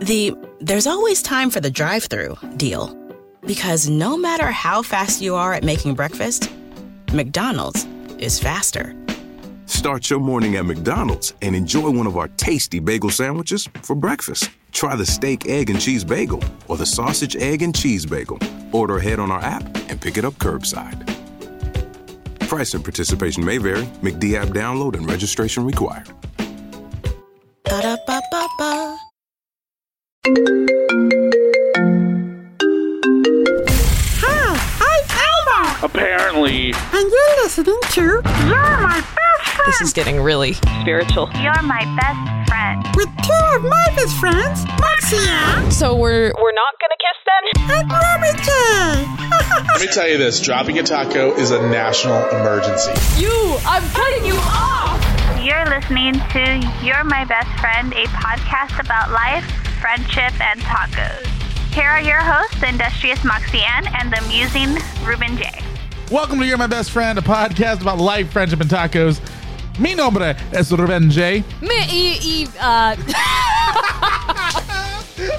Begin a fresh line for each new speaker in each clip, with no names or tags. The there's always time for the drive through deal. Because no matter how fast you are at making breakfast, McDonald's is faster.
Start your morning at McDonald's and enjoy one of our tasty bagel sandwiches for breakfast. Try the steak, egg, and cheese bagel or the sausage, egg, and cheese bagel. Order ahead on our app and pick it up curbside. Price and participation may vary. McD app download and registration required.
Ba-da-ba-ba-ba.
Hi, I'm Elmo,
Apparently,
and you're listening to You're My Best Friend
This is getting really spiritual.
You're my best friend.
with two of my best friends, Moxia
So we're we're not gonna kiss then.
and Ruby J.
Let me tell you this dropping a taco is a national emergency.
You, I'm cutting you off.
You're listening to You're My Best Friend, a podcast about life, friendship, and tacos. Here are your hosts, the industrious Moxie Ann and the amusing Ruben J.
Welcome to You're My Best Friend, a podcast about life, friendship, and tacos. Mi nombre es Ruben J.
Me, e, e, uh,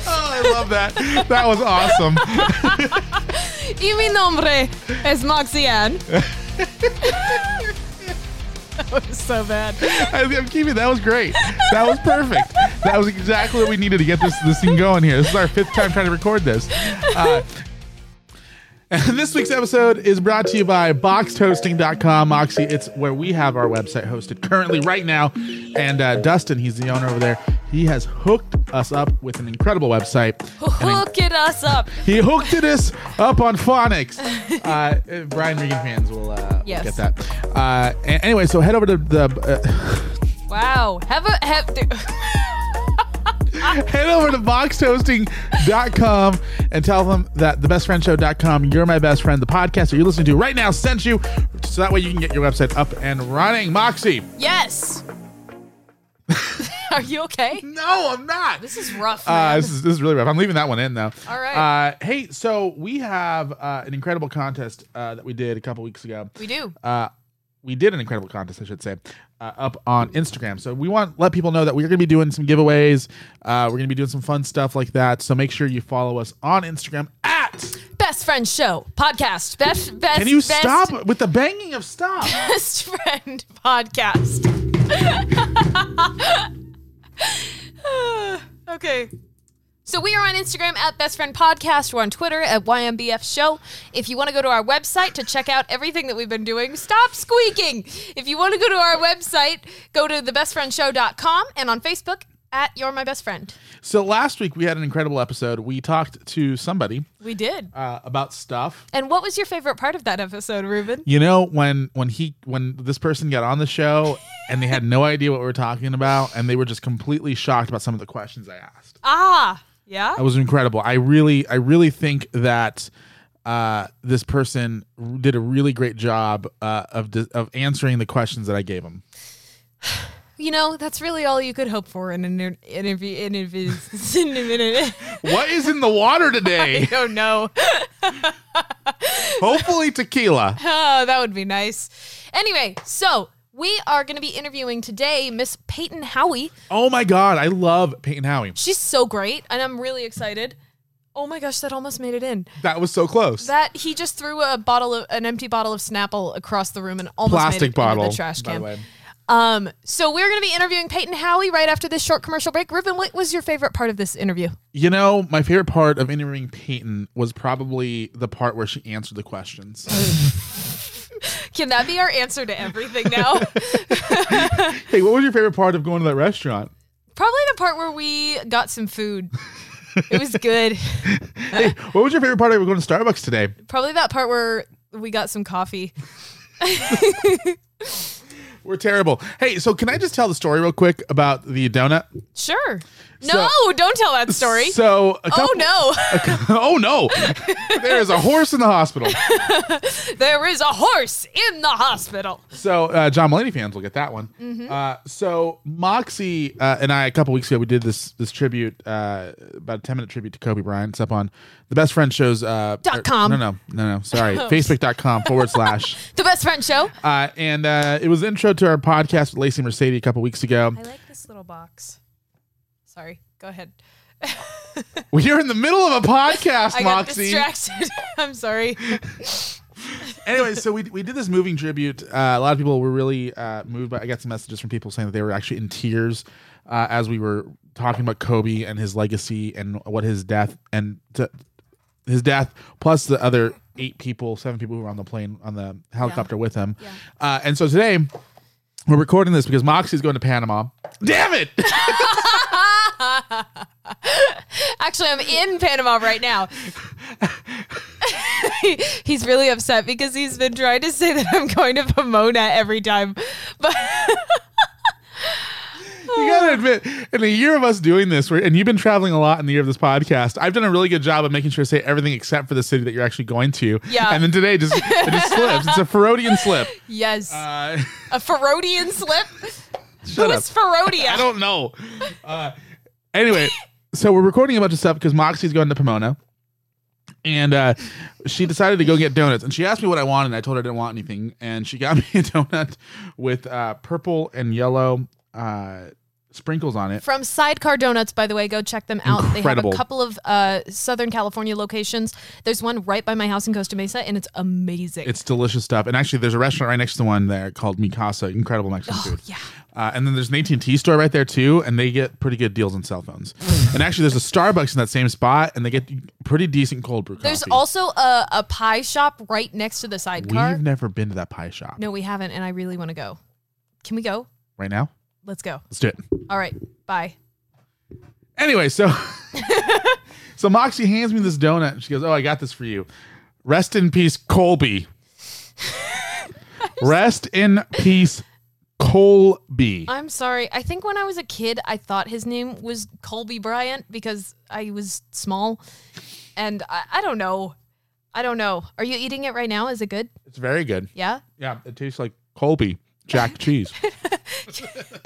Oh, I love that. that was awesome.
y mi nombre es Moxian. that was so bad.
I, I'm keeping that was great. That was perfect. That was exactly what we needed to get this this thing going here. This is our fifth time trying to record this. Uh, and this week's episode is brought to you by boxedhosting.com. Moxie, it's where we have our website hosted currently right now. And uh, Dustin, he's the owner over there. He has hooked us up with an incredible website. an
Hook it us up.
He hooked it us up on phonics. Uh, Brian Regan fans will, uh, will
Yes.
get that. Uh, a- anyway, so head over to the uh,
Wow. Have a have.
uh, head over to boxhosting.com and tell them that the bestfriendshow.com, you're my best friend, the podcast that you're listening to right now sent you, so that way you can get your website up and running. Moxie,
yes. Are you okay?
no, I'm not.
This is rough.
Uh,
Man.
this, is, this is really rough. I'm leaving that one in though.
All right.
Uh, hey, so we have uh, an incredible contest uh, that we did a couple weeks ago.
we do.
uh, we did an incredible contest, I should say, uh, up on Instagram. So we want to let people know that we're going to be doing some giveaways. Uh, we're going to be doing some fun stuff like that. So make sure you follow us on Instagram at.
Best friend show podcast. Best best.
Can you
best,
stop with the banging of stop?
best friend podcast. okay. So we are on Instagram at Best Friend Podcast. We're on Twitter at YMBF Show. If you want to go to our website to check out everything that we've been doing, stop squeaking. If you want to go to our website, go to thebestfriendshow.com and on Facebook at You're My Best Friend.
so last week we had an incredible episode. We talked to somebody
We did.
uh, about stuff.
And what was your favorite part of that episode, Ruben?
You know when when he when this person got on the show and they had no idea what we were talking about and they were just completely shocked about some of the questions I asked.
Ah, yeah.
That was incredible. I really, I really think that uh, this person r- did a really great job uh, of dis- of answering the questions that I gave him.
You know, that's really all you could hope for in an inter- interview. interview I
What is in the water today?
don't know.
Hopefully, tequila.
Oh, that would be nice. Anyway, so we are going to be interviewing today Miss Peyton Howie.
Oh my god, I love Peyton Howie.
She's so great, and I'm really excited. Oh my gosh, that almost made it in.
That was so close.
That he just threw a bottle of an empty bottle of Snapple across the room and almost made it
Plastic
into
bottle.
the trash
by
can.
the way.
Um, so we're going to be interviewing Peyton Howie right after this short commercial break. Ruben, what was your favorite part of this interview?
You know, my favorite part of interviewing Peyton was probably the part where she answered the questions.
Can that be our answer to everything now?
hey, what was your favorite part of going to that restaurant?
Probably the part where we got some food. It was good.
Hey, what was your favorite part of going to Starbucks today?
Probably that part where we got some coffee.
We're terrible. Hey, so can I just tell the story real quick about the donut?
Sure.
So-
No, don't tell that story.
So, a
oh
couple-
no.
oh no, there is a horse in the hospital.
there is a horse in the hospital.
So, uh, John Mulaney fans will get that one.
Mm-hmm.
Uh, so, Moxie uh, and I a couple weeks ago we did this this tribute, uh, about a ten minute tribute to Kobe Bryant. It's up on the Best Friend Shows uh,
Dot
or-
com.
No, no, no, no. Sorry, Facebook.com forward slash.
The best friend show.
Uh, and uh, it was the intro to our podcast with Lacey Mercedes a couple weeks ago.
I like this little box. Sorry. Go ahead.
We are in the middle of a podcast,
I got
Moxie.
distracted. I'm sorry.
anyway, so we, we did this moving tribute. Uh, a lot of people were really uh, moved by. I got some messages from people saying that they were actually in tears uh, as we were talking about Kobe and his legacy and what his death and to, his death plus the other eight people, seven people who were on the plane on the helicopter with him. Uh, and so today we're recording this because Moxie's going to Panama. Damn it!
Actually, I'm in Panama right now. he's really upset because he's been trying to say that I'm going to Pomona every time. But
You gotta admit, in the year of us doing this, we're, and you've been traveling a lot in the year of this podcast, I've done a really good job of making sure to say everything except for the city that you're actually going to.
Yeah.
And then today, just it just slips. It's a Ferodian slip.
yes,
Uh,
a Ferodian slip.
shut
Who
up.
is Ferodia?
I don't know. Uh, anyway, so we're recording a bunch of stuff because Moxie's going to Pomona, and uh, she decided to go get donuts. And she asked me what I wanted. And I told her I didn't want anything, and she got me a donut with uh, purple and yellow uh, sprinkles on it.
from Sidecar Donuts, by the way. Go check them out. They
Incredible.
have a couple of uh, Southern California locations. There's one right by my house in Costa Mesa, and it's amazing.
It's delicious stuff. And actually, there's a restaurant right next to one there called Mikasa. Incredible Mexican food.
Oh, yeah.
Uh, and then there's an AT&T store right there too, and they get pretty good deals on cell phones.
Mm.
and actually, there's a Starbucks in that same spot, and they get pretty decent cold brew
There's
coffee.
also a, a pie shop right next to the sidecar.
We've never been to that pie shop.
no, we haven't, and I really want to go. Can we go?
Right now,
Let's go.
let's do it.
All right. Bye.
Anyway, so so Moxie hands me this donut, and she goes, "Oh, I got this for you. Rest in peace, Colby. Rest in peace, Colby."
I'm sorry. I think when I was a kid, I thought his name was Colby Bryant because I was small. And I, I don't know. I don't know. Are you eating it right now? Is it good?
It's very good.
Yeah?
Yeah, it tastes like Colby Jack cheese.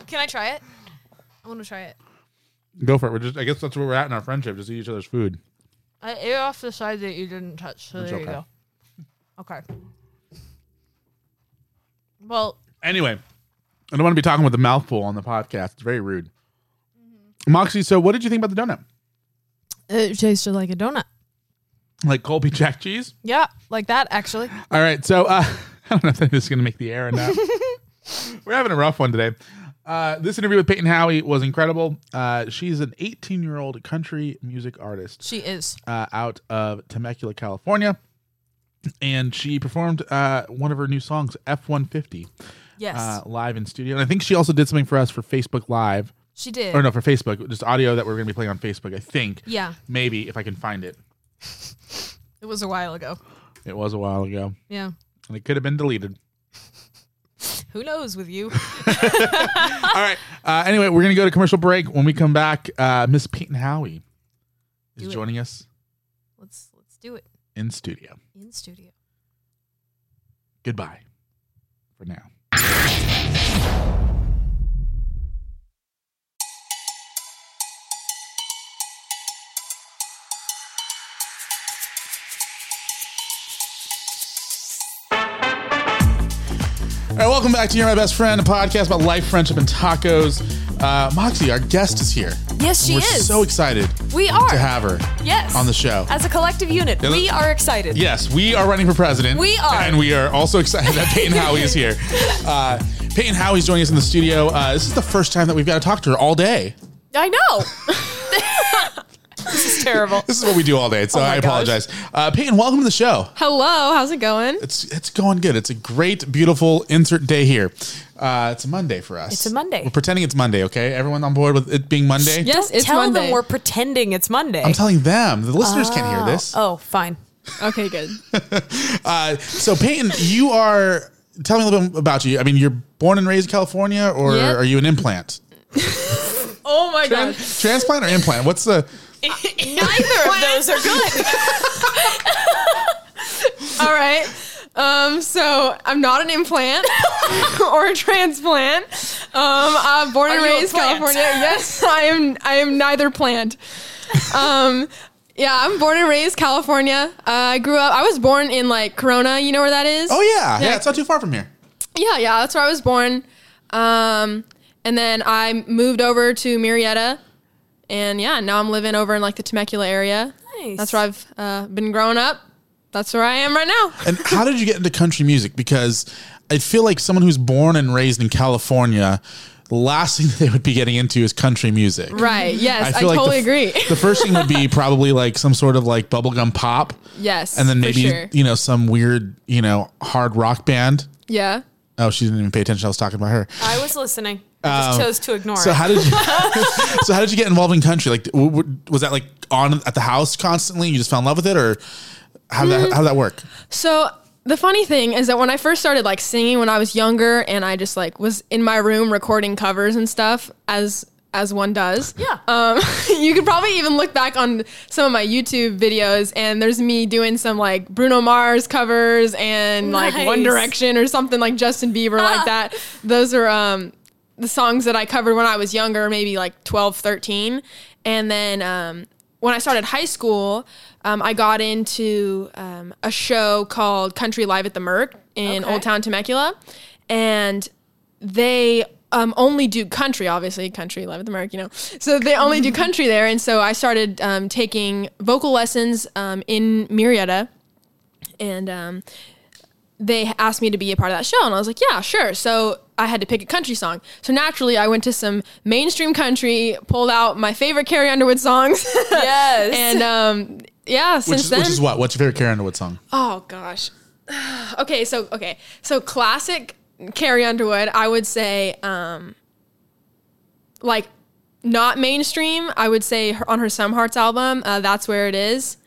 Can I try it? I want to try it.
Go for it. We're just. I guess that's where we're at in our friendship. Just eat each other's food.
I ate off the side that you didn't touch. So
That's
there
okay.
you go. Okay. Well,
Anyway, I don't want to be talking with a mouthful on the podcast. It's very rude. Moxie, so what did you think about the donut?
it tasted like a donut.
Like Colby Jack cheese?
Yeah, like that actually.
All right. So uh, I don't know if this is going to make the air or not. We're having a rough one today. Uh, this interview with Peyton Howie was incredible. Uh, she's an 18 year old country music artist.
She is.
uh, out of Temecula, California. And she performed uh, one of her new songs, F 150,
Yes.
uh, live in studio. And I think she also did something for us for Facebook Live,
she did.
or no, for Facebook, just audio that we're going to be playing on Facebook, I think.
Yeah.
Maybe if I can find it.
It was a while ago.
It was a while ago,
Yeah.
and it could have been deleted.
Who knows with you?
All right. Uh, anyway, we're going to go to commercial break. When we come back, uh, Miss Peyton Howie is
Do it.
joining us
let's let's do it
in studio.
in studio.
Goodbye for now. All right, welcome back to You're My Best Friend, a podcast about life, friendship, and tacos. Uh, Moxie, our guest, is here.
Yes, she
We're
is.
so excited
we are
to have her
yes
on the show.
as a collective unit.
Yeah,
we
look-
are excited.
Yes, we are running for president.
We are.
And we are also excited that Peyton Howie is here. Uh, Peyton Howie's joining us in the studio. Uh, this is the first time that we've got to talk to her all day.
I know. this is terrible.
This is what we do all day, so I
Oh my gosh.
apologize. Uh, Peyton, welcome to the show.
Hello, how's it going?
It's it's going good. It's a great, beautiful insert day here. Uh, it's a Monday for us.
It's a Monday.
We're pretending it's Monday, okay? Everyone on board with it being Monday?
Yes,
it's
tell
Monday.
them we're pretending it's Monday.
I'm telling them. The listeners can't hear this.
oh, fine.
Okay, good.
Uh, so, Peyton, you are. Tell me a little bit about you. I mean, you're born and raised in California, or
Yep.
are you an implant?
Oh my god.
Transplant or implant? What's the?
Neither of those are good.
All right. Um, so I'm not an implant or a transplant. Um, I'm born and
Are you a
raised
plant?
California. Yes, I am. I am neither plant. Um, yeah, I'm born and raised California. Uh, I grew up. I was born in like Corona. You know where that is?
Oh yeah, yeah. It's not too far from here.
Yeah, yeah, that's where I was born. Um, and then I moved over to Marietta And yeah, now I'm living over in like the Temecula area.
Nice.
That's where I've uh, been growing up. That's where I am right now.
And how did you get into country music? Because I feel like someone who's born and raised in California, the last thing they would be getting into is country music.
Right. Yes, I,
feel like
totally
the f-
agree.
the first thing would be probably like some sort of like bubblegum pop.
yes.
And then
for
maybe,
sure.
you know, some weird, you know, hard rock band.
Yeah.
Oh, she didn't even pay attention. I was talking about her.
I was listening. I just chose to ignore
Um, So
it.
how did you? so how did you get involved in country? Like, w- w- was that like on at the house constantly? You just fell in love with it, or how
Mm.
that how that work?
So the funny thing is that when I first started like singing when I was younger and I just like was in my room recording covers and stuff as as one does.
Yeah.
Um, you could probably even look back on some of my YouTube videos and there's me doing some like Bruno Mars covers and like One
Nice. Ah.
Direction or something like Justin Bieber like that. Those are um the songs that I covered when I was younger, maybe like 12, 13. And then um, when I started high school, um, I got into um, a show called Country Live at the Merck in Old Town Temecula. And they um, only do country, obviously, country, Live at the Merck, you know. So they only do country there. And so I started um, taking vocal lessons um, in Murrieta. And um, they asked me to be a part of that show and I was like, yeah, sure. So I had to pick a country song. So naturally, I went to some mainstream country, pulled out my favorite Carrie Underwood songs.
Yes.
and um yeah,
Which
since
is,
then
which is what? What's your favorite Karen Underwood song?
Oh gosh. okay, so okay. So classic Carrie Underwood, I would say um like not mainstream, I would say her, on her Some Hearts album, uh, that's where it is.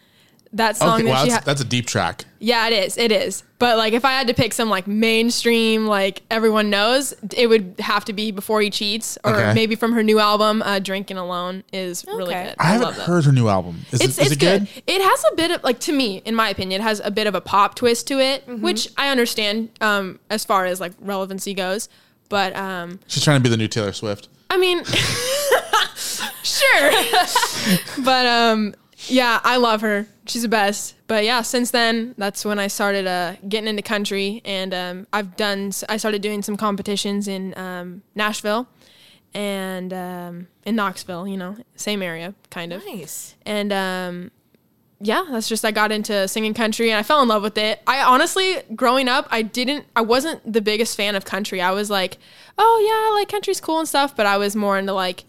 That song
okay,
that
wow,
she
that's,
had.
that's a deep track.
Yeah, it is. It is. But like, if I had to pick some like mainstream, like everyone knows, it would have to be "Before He Cheats" or
Okay.
maybe from her new album, uh, "Drinking Alone" is really
Okay.
good.
I, haven't
love that.
heard her new album. Is,
It's,
it, is
it's
it
good.
good?
It has a bit of like to me, in my opinion, it has a bit of a pop twist to it, which I understand um, as far as like relevancy goes. But um,
She's trying to be the new Taylor Swift.
I mean, sure. but um, yeah, I love her. She's the best. But yeah, since then, that's when I started uh, getting into country, and um, I've done. I started doing some competitions in um, Nashville and um, in Knoxville. You know, same area, kind of.
nice.
And um, yeah, that's just I got into singing country and I fell in love with it. I honestly, growing up, I didn't, I wasn't the biggest fan of country. I was like, oh yeah, like country's cool and stuff, but I was more into like,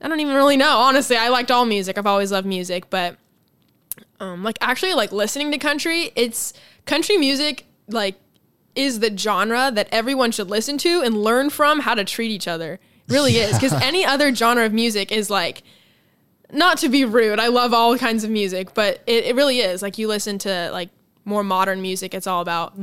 I don't even really know. Honestly, I liked all music. I've always loved music, but um, like actually, like listening to country, it's country music like is the genre that everyone should listen to and learn from how to treat each other. It really is because any other genre of music is like not to be rude, I love all kinds of music, but it, it really is. Like you listen to like more modern music, it's all about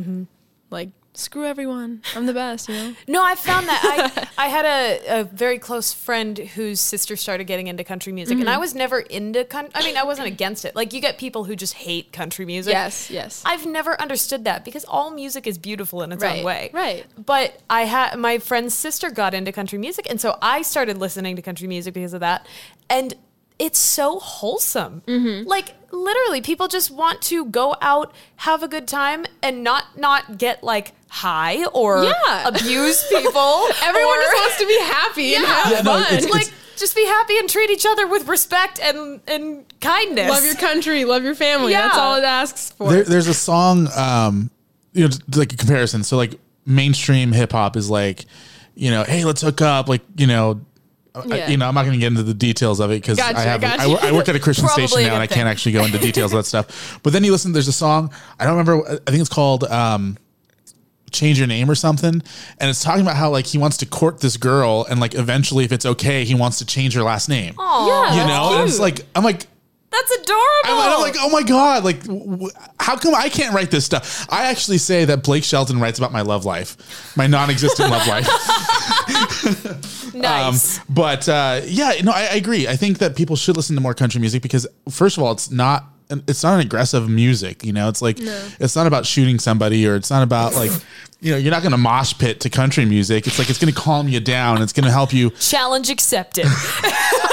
like screw everyone. I'm the best, you know?
No, I found that I I had a, a very close friend whose sister started getting into country music, and
Mm-hmm.
I was never into country. I mean, I wasn't against it. Like you get people who just hate country music.
Yes, yes.
I've never understood that because all music is beautiful in its
Right,
own way.
right.
But I had my friend's sister got into country music, and so I started listening to country music because of that, and. It's so wholesome.
Mm-hmm.
Like literally, people just want to go out, have a good time, and not not get like high or
Yeah.
abuse people.
Everyone
or-
just wants to be happy and have
Yeah, no,
fun.
it's-
like just be happy and treat each other with respect and and kindness.
love your country, love your family.
Yeah.
That's all it asks for.
There, there's a song, um, you know, just like a comparison. So like mainstream hip hop is like, you know, hey, let's hook up. Like, you know, I-
Yeah.
you know, I'm not going to get into the details of it because
Gotcha,
I have
gotcha.
I, wo- I work at a Christian
Probably
station
a
now
good
and I
thing.
can't actually go into details of that stuff. But then you listen, there's a song I don't remember. I think it's called. Um, change your name or something and it's talking about how like he wants to court this girl and like eventually if it's okay he wants to change her last name
yeah,
you
that's
know and it's
cute.
like i'm like
That's adorable.
I'm, I'm like, oh my god! Like, w- how come I can't write this stuff? I actually say that Blake Shelton writes about my love life, my non-existent love life. um,
nice.
But uh, yeah, no, I, I agree. I think that people should listen to more country music because, first of all, it's not it's not an aggressive music. You know, it's like it's not about shooting somebody or it's not about like you know you're not going to mosh pit to country music. It's like it's going to calm you down. It's going to help you.
Challenge accepted.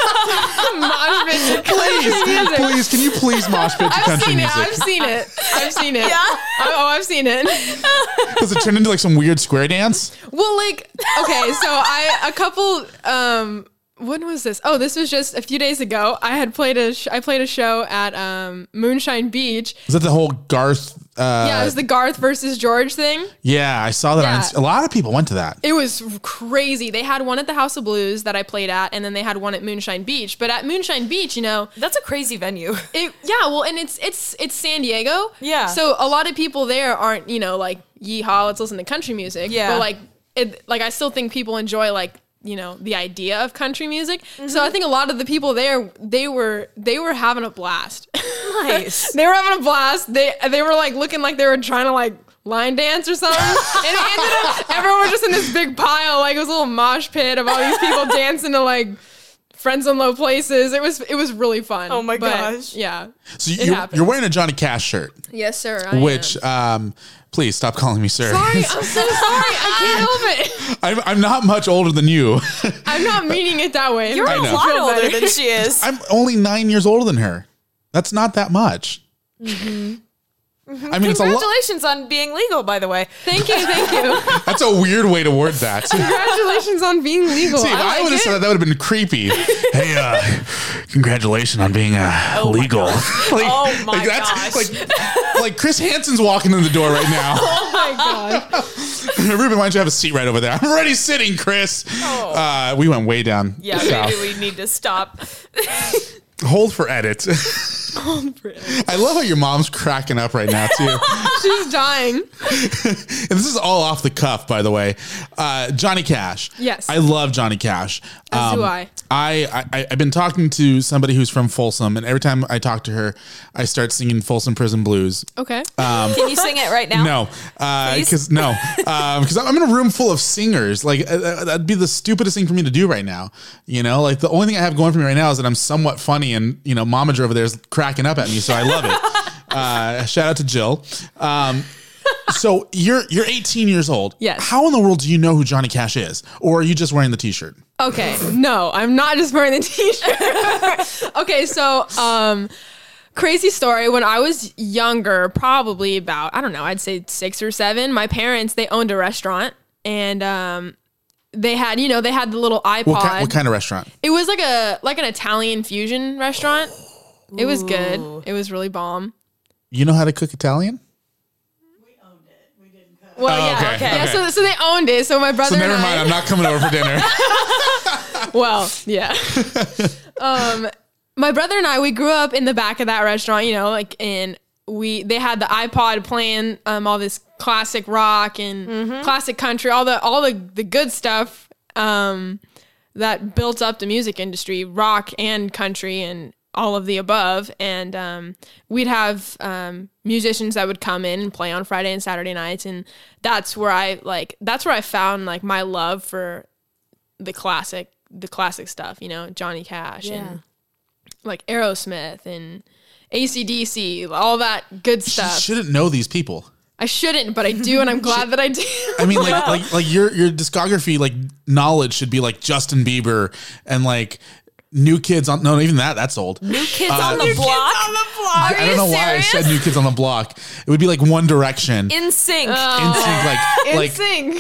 Mosh pit to
Please,
country music.
please, can you please mosh pit to
I've
country
seen
music?
it. I've seen it. I've seen it. Oh, oh, I've seen it.
Does it turn into like some weird square dance?
Well, like, okay, so I a couple um when was this? Oh, this was just a few days ago. I had played a sh- I played a show at um, Moonshine Beach.
Is that the whole Garth? Uh,
yeah, it was the Garth versus George thing.
yeah, I saw that. on
Yeah.
Inst- a lot of people went to that.
It was crazy. They had one at the House of Blues that I played at, and then they had one at Moonshine Beach. But at Moonshine Beach, you know,
That's a crazy venue.
it yeah, well, and it's it's it's San Diego.
Yeah.
So a lot of people there aren't you know like yeehaw, let's listen to country music.
Yeah.
But like it like I still think people enjoy like you know the idea of country music.
Mm-hmm.
So I think a lot of the people there they were they were having a blast.
Nice.
they were having a blast. They they were like looking like they were trying to like line dance or something. and it ended up everyone was just in this big pile, like it was a little mosh pit of all these people dancing to like friends in low places. It was it was really fun.
Oh my
But,
gosh.
Yeah.
So
It
you're,
happens.
you're wearing a Johnny Cash shirt,
Yes, sir.
which um, please stop calling me sir.
sorry, I'm so sorry. I can't help it.
I'm, I'm not much older than you.
I'm not meaning it that way.
You're
I
a
know.
lot
Feel
older
better.
than she is.
I'm only nine years older than her. That's not that much.
Mm-hmm.
I mean, it's a lot.
Congratulations on being legal, by the way.
Thank you, thank you.
That's a weird way to word that. See, if
Congratulations on being legal.
I,
like
would have
it.
said that, that would have been creepy. hey, uh, congratulations on being uh,
Oh
legal. like,
Oh my gosh.
Like, like Chris Hansen's walking in the door right now.
Oh my god.
Ruben, why don't you have a seat right over there? I'm already sitting, Chris.
Oh.
Uh, we went way down.
Yeah,
south.
maybe we need to stop.
Hold for edit. I love how your mom's cracking up right now too.
She's dying.
and this is all off the cuff, by the way. Uh, Johnny Cash.
Yes.
I love Johnny Cash. Um,
As do I.
I, I I've been talking to somebody who's from Folsom, and every time I talk to her, I start singing Folsom Prison Blues.
Okay.
Uh,
Can you sing it right now?
No,
Please?
because no, because I'm in a room full of singers. Like uh, uh, that'd be the stupidest thing for me to do right now. You know, like the only thing I have going for me right now is that I'm somewhat funny, and you know, momager over there is cracking up at me, so I love it. uh, shout out to Jill. Um, so you're you're 18 years old.
Yes.
How in the world do you know who Johnny Cash is, or are you just wearing the T-shirt?
Okay, no, I'm not just wearing the t-shirt. okay, so um crazy story when I was younger, probably about I don't know, I'd say 6 or 7, my parents they owned a restaurant and um they had, you know, they had the little iPod.
What, ki- what kind of restaurant?
It was like a like an Italian fusion restaurant. It was good. It was really bomb.
You know how to cook Italian?
Well,
Oh,
yeah,
okay,
yeah.
okay.
So, so they owned it. So my brother
So never
and I,
mind. I'm not coming over for dinner.
well, yeah. um, my brother and I, we grew up in the back of that restaurant, you know, like, and we they had the iPod playing um, all this classic rock and classic country, all the all the the good stuff um, that built up the music industry, rock and country and all of the above. And um, we'd have um, musicians that would come in and play on Friday and Saturday nights, and that's where I like that's where I found like my love for the classic the classic stuff you know johnny cash and like aerosmith and acdc all that good stuff
Shouldn't know these people.
i shouldn't but i do and i'm glad that i do
I mean, like, like, like your your discography, like knowledge should be like Justin Bieber and like New Kids on. No, even that. That's old. Uh,
New kids on the block. on the block.
I don't know why I said New Kids on the Block. It would be like One Direction.
in sync.
Uh,
Instinct, like, like,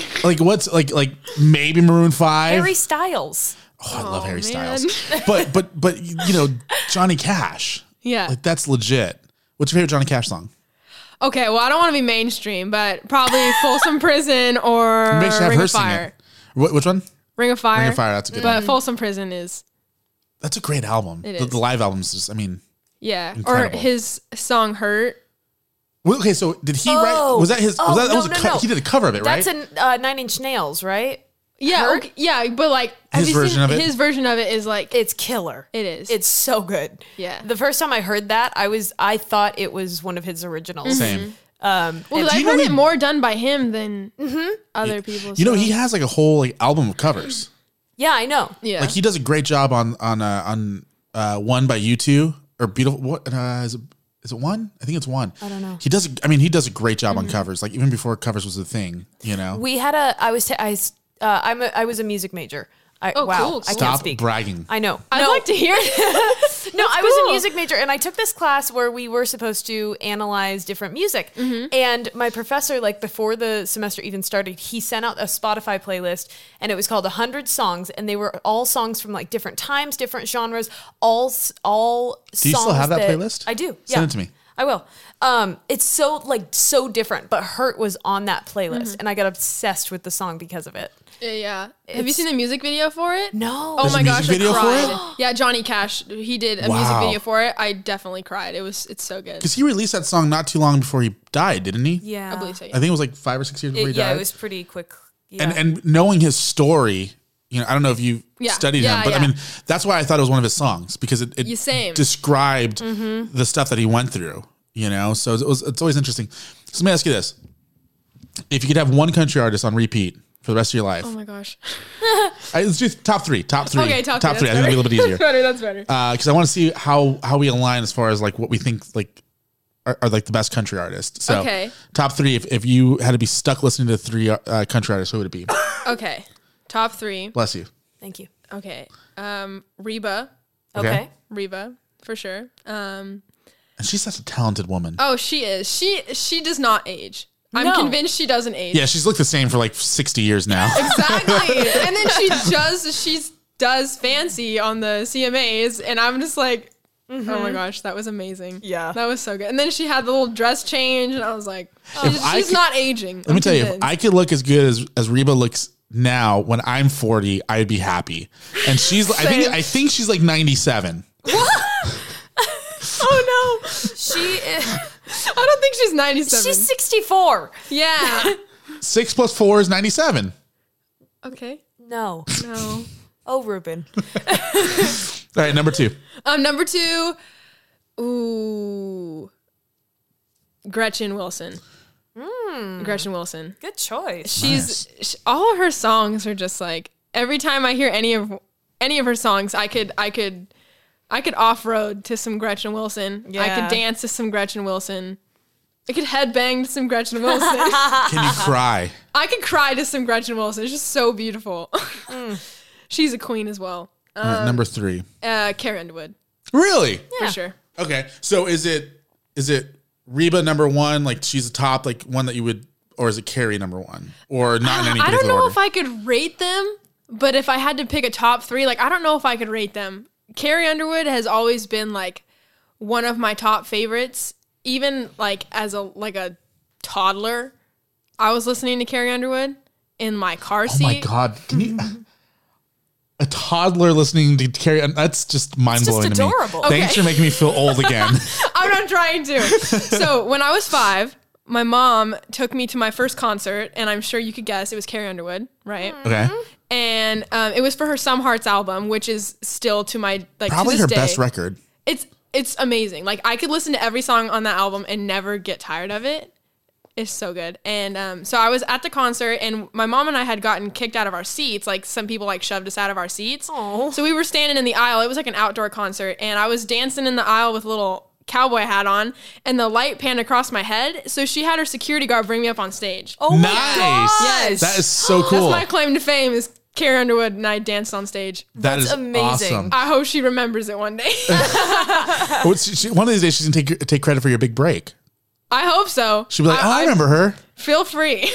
sing
like what's like, like maybe Maroon Five.
Harry Styles.
oh, I love Harry
man.
Styles. But, but, but, you know, Johnny Cash.
Yeah.
like that's legit. What's your favorite Johnny Cash song?
okay well i don't want to be mainstream but probably folsom prison or
Maybe I should have
Uh, ring
her
of
sing
fire
it. Wh- which one?
ring of fire
Ring of Fire. That's a good
but
one.
folsom prison is
That's a great album.
It
The,
is.
the live albums. Just, I mean.
yeah
Incredible.
or his song hurt
Well, okay, so did he
Oh.
write? Was that his?
Oh,
was that, that
no,
was a
no,
co-
no.
He did a cover of it,
That's
right?
in uh, Nine Inch Nails, right?
yeah
Hurt?
okay, yeah but like have
His
you seen-
version of it?
his version of it is like
It's killer.
It is.
It's so good.
Yeah.
The first time I heard that, I was I thought it was one of his originals.
Same.
Um,
Well,
and-
I've
you know
heard
he-
it more done by him than other people.
You know,
so-
he has like a whole like album of covers.
yeah, I know.
yeah.
Like he does a great job on on uh, on uh, one by you two or beautiful. What uh, is it? Is it one? I think it's one. I don't know. He does. a- I mean, he does a great job on covers. Like even before covers was a thing, you know.
Mm-hmm. We had a. I was. T- I. s- Uh, I'm. A, I was a music major. I,
Oh,
wow.
cool,
I
cool.
can't
Stop
speak.
bragging.
I know.
I'd
No,
like to hear. it.
No, I was
cool.
a music major and I took this class where we were supposed to analyze different music. And my professor, like before the semester even started, he sent out a Spotify playlist and it was called 100 Songs. And they were all songs from like different times, different genres, all, s- all
Do you still
songs
have that playlist?
I do.
Send
yeah.
it to me.
I will. Um, it's so like so different, but Hurt was on that playlist, and I got obsessed with the song because of it.
Yeah, yeah. Have you seen the music video for it?
No,
Oh
There's a
my
music
gosh,
video
I
for
cried.
it?
Yeah, Johnny Cash, he did a music
Wow.
video for it. I definitely cried. It was it's so good.
Because he released that song not too long before he died, didn't he?
yeah,
I believe so. Yeah.
I think it was like five or six years before
It-
he died.
yeah, it was pretty quick. Yeah.
and and knowing his story, you know, I don't know if you
Yeah.
studied
Yeah,
him, but I
yeah.
mean, that's why I thought it was one of his songs because it, it
You same. Mm-hmm.
described the stuff that he went through. You know, so it was, it's always interesting. So let me ask you this: If you could have one country artist on repeat for the rest of your life,
Oh my gosh.
I, let's do top three, top three,
Okay, top,
top three.
three.
I think that'd be a little bit easier
That's better. That's better.
because I want to see how how we align as far as like what we think like are, are like the best country artists. So
Okay.
top three. If, if you had to be stuck listening to three uh, country artists, who would it be?
okay. Top three.
Bless you.
Thank you.
Okay. Um, Reba.
Okay.
Reba, for sure. Um,
And she's such a talented woman.
oh, she is. She she does not age. I'm
No.
convinced she doesn't age.
Yeah, she's looked the same for like 60 years now.
Exactly. and then she does she's does fancy on the CMAs, and I'm just like, oh my gosh, that was amazing.
Mm-hmm. Yeah.
that was so good. And then she had the little dress change, and I was like, oh, she's,
I
she's
could-
not aging.
Let me tell you, if I could look as good as, as Reba looks now when I'm 40, I'd be happy. And she's I think
Same.
I think she's like 97.
oh no,
She is,
I don't think she's 97.
she's 64.
yeah.
6 plus 4 is 97.
okay.
No.
No.
Oh, Ruben.
All right, number 2.
Um, number two. Ooh. Gretchen Wilson. Gretchen Wilson.
Good choice.
She's sh all of her songs are just like every time I hear any of any of her songs, I could I could I could off road to some Gretchen Wilson. I
Yeah.
could dance to some Gretchen Wilson. I could headbang to some Gretchen Wilson.
Can you cry?
I could cry to some Gretchen Wilson. It's just so beautiful. Mm. She's a queen as well.
All right, number 3.
Uh, Karen Underwood
Really?
for sure.
Okay. So is it is it Reba number 1 like she's the top like one that you would or is it Carrie number 1 or not in any
I
particular
don't know
order?
if I could rate them, but if I had to pick a top three, like I don't know if I could rate them. Carrie Underwood has always been like one of my top favorites, even like as a like a toddler. I was listening to Carrie Underwood in my car
Oh
seat.
my god! Can you?
Mm-hmm.
A toddler listening to Carrie, and that's just mind blowing to me.
adorable.
Thanks
Okay.
for making me feel old again.
I'm not trying to. so when I was five, my mom took me to my first concert, and I'm sure you could guess it was Carrie Underwood, right?
okay,
And um, it was for her Some Hearts album, which is still to my like to
probably
this
her
day.
best record.
it's it's amazing. Like I could listen to every song on that album and never get tired of it. It's so good. And um, so I was at the concert, and my mom and I had gotten kicked out of our seats. Like some people like shoved us out of our seats. So we were standing in the aisle. It was like an outdoor concert, and I was dancing in the aisle with a little cowboy hat on, and the light panned across my head. So she had her security guard bring me up on stage.
Oh, my
nice.
God.
Yes.
That is so cool.
That's my claim to fame is Carrie Underwood, and I danced on stage.
That is
amazing.
awesome.
I hope she remembers it one day.
Oh, she- she- one of these days, she's gonna take take credit for your big break.
I hope so.
She'll be like, "Oh, I, remember her.
Feel free.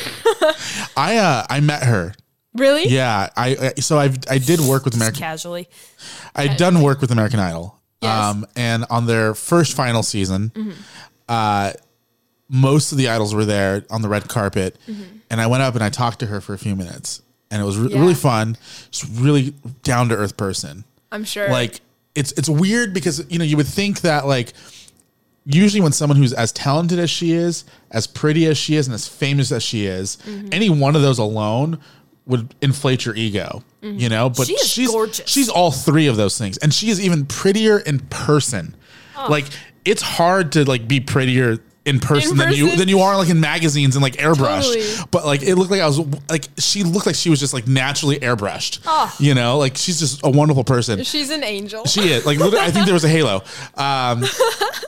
I uh, I met her.
really?
Yeah, I, I so I've I did work with American.
Casually.
I'd done work with American Idol.
Yes.
Um, and on their first final season, uh, most of the idols were there on the red carpet. And I went up and I talked to her for a few minutes. And it was re- really fun. She's a really down to earth person.
I'm sure.
Like it's it's weird because you know you would think that like usually when someone who's as talented as she is, as pretty as she is, and as famous as she is,
Mm-hmm.
any one of those alone would inflate your ego. You know, but
Mm-hmm. She is
she's
gorgeous.
she's all three of those things, and she is even prettier in person. Like it's hard to like be prettier. In person, than you
person.
than you are like in magazines and like airbrush,
Totally.
but like it looked like I was like she looked like she was just like naturally airbrushed, you know, like she's just a wonderful person.
She's an angel.
She is like literally, I think there was a halo, um,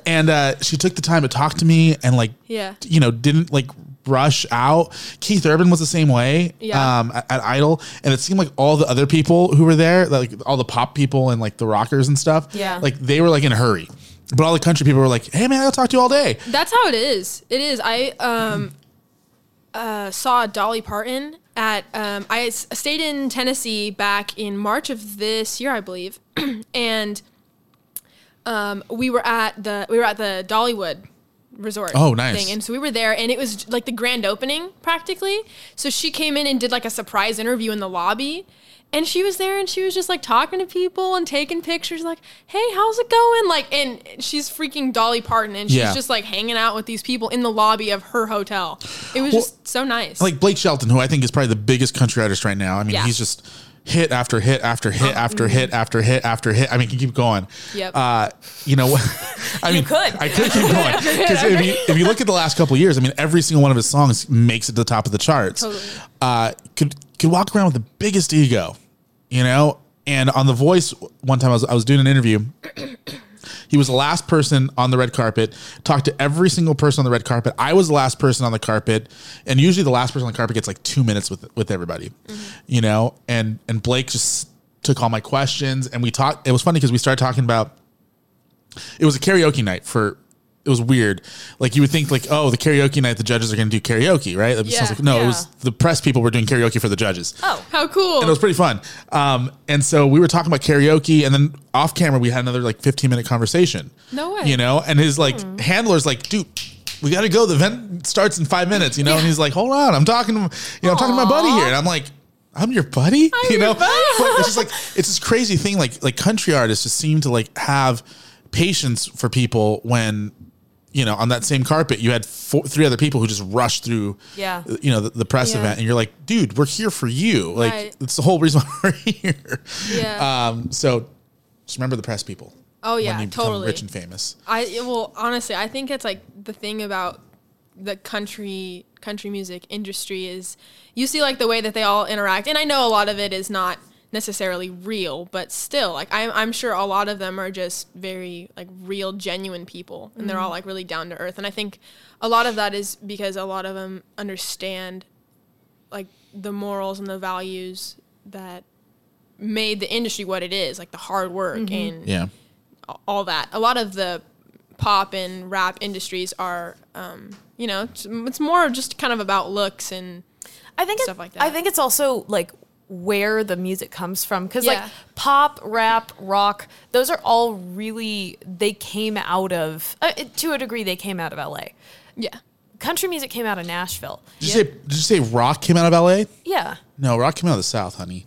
and uh, she took the time to talk to me and like
Yeah.
you know didn't like brush out. Keith Urban was the same way
Yeah.
um, at, at Idol, and it seemed like all the other people who were there, like all the pop people and like the rockers and stuff,
Yeah.
like they were like in a hurry. But all the country people were like, "Hey man, I'll talk to you all day."
That's how it is. It is. I um uh saw Dolly Parton at um I s- stayed in Tennessee back in March of this year, I believe, and um we were at the we were at the Dollywood resort
Oh, nice.
thing and so we were there and it was like the grand opening practically so she came in and did like a surprise interview in the lobby and she was there and she was just like talking to people and taking pictures like hey how's it going like and she's freaking dolly parton and she's
Yeah.
just like hanging out with these people in the lobby of her hotel it was
Well,
just so nice
like Blake Shelton, who I think is probably the biggest country artist right now. I mean,
Yeah. Oh, mm-hmm.
he's just hit after hit after hit after hit after hit after hit. I mean, you can keep going.
Yep.
Uh, you know, I mean,
could.
I could keep going because if you if you look at the last couple of years, I mean, every single one of his songs makes it to the top of the charts.
Totally.
Uh, could could walk around with the biggest ego, you know. And on The Voice, one time I was I was doing an interview. He was the last person on the red carpet, talked to every single person on the red carpet. I was the last person on the carpet, and usually the last person on the carpet gets like two minutes with with everybody,
Mm-hmm.
you know. And and Blake just took all my questions, and we talked. It was funny because we started talking about. It was a karaoke night for. It was weird. Like you would think, like, oh, the karaoke night, the judges are going to do karaoke, right? That
Yeah,
sounds like no. It
yeah.
was the press people were doing karaoke for the judges.
oh how cool
And it was pretty fun. Um, and so we were talking about karaoke, and then off camera we had another like 15 minute conversation.
No way. Hmm.
You know, and his like handler's like, dude, we got to go. The event starts in five minutes. You know, and he's like, hold on, I'm talking to, you know, I'm talking to my buddy here, and I'm like. I'm your buddy, you know. But it's just like it's this crazy thing. Like like country artists just seem to like have patience for people when you know on that same carpet you had four, three other people who just rushed through.
Yeah.
You know the, the press
Yeah.
event, and you're like, dude, we're here for you. Like
Right.
it's the whole reason why we're here.
Yeah.
Um, so just remember the press people.
Oh, yeah,
when you become
totally.
Rich and famous.
I well, honestly, I think it's like the thing about the country country music industry is you see like the way that they all interact, and I know a lot of it is not necessarily real, but still, like I'm I'm sure a lot of them are just very like real, genuine people, and they're all like really down to earth, and I think a lot of that is because a lot of them understand like the morals and the values that made the industry what it is, like the hard work and
Yeah.
all that. A lot of the pop and rap industries are, um, you know, it's, it's more just kind of about looks and
I think
Stuff
it,
like that.
I think it's also like where the music comes from because
Yeah.
like pop, rap, rock, those are all really they came out of uh, to a degree they came out of LA.
yeah,
Country music came out of Nashville.
Did you say Did you say rock came out of L.A.?
Yeah.
No, rock came out of the South, honey.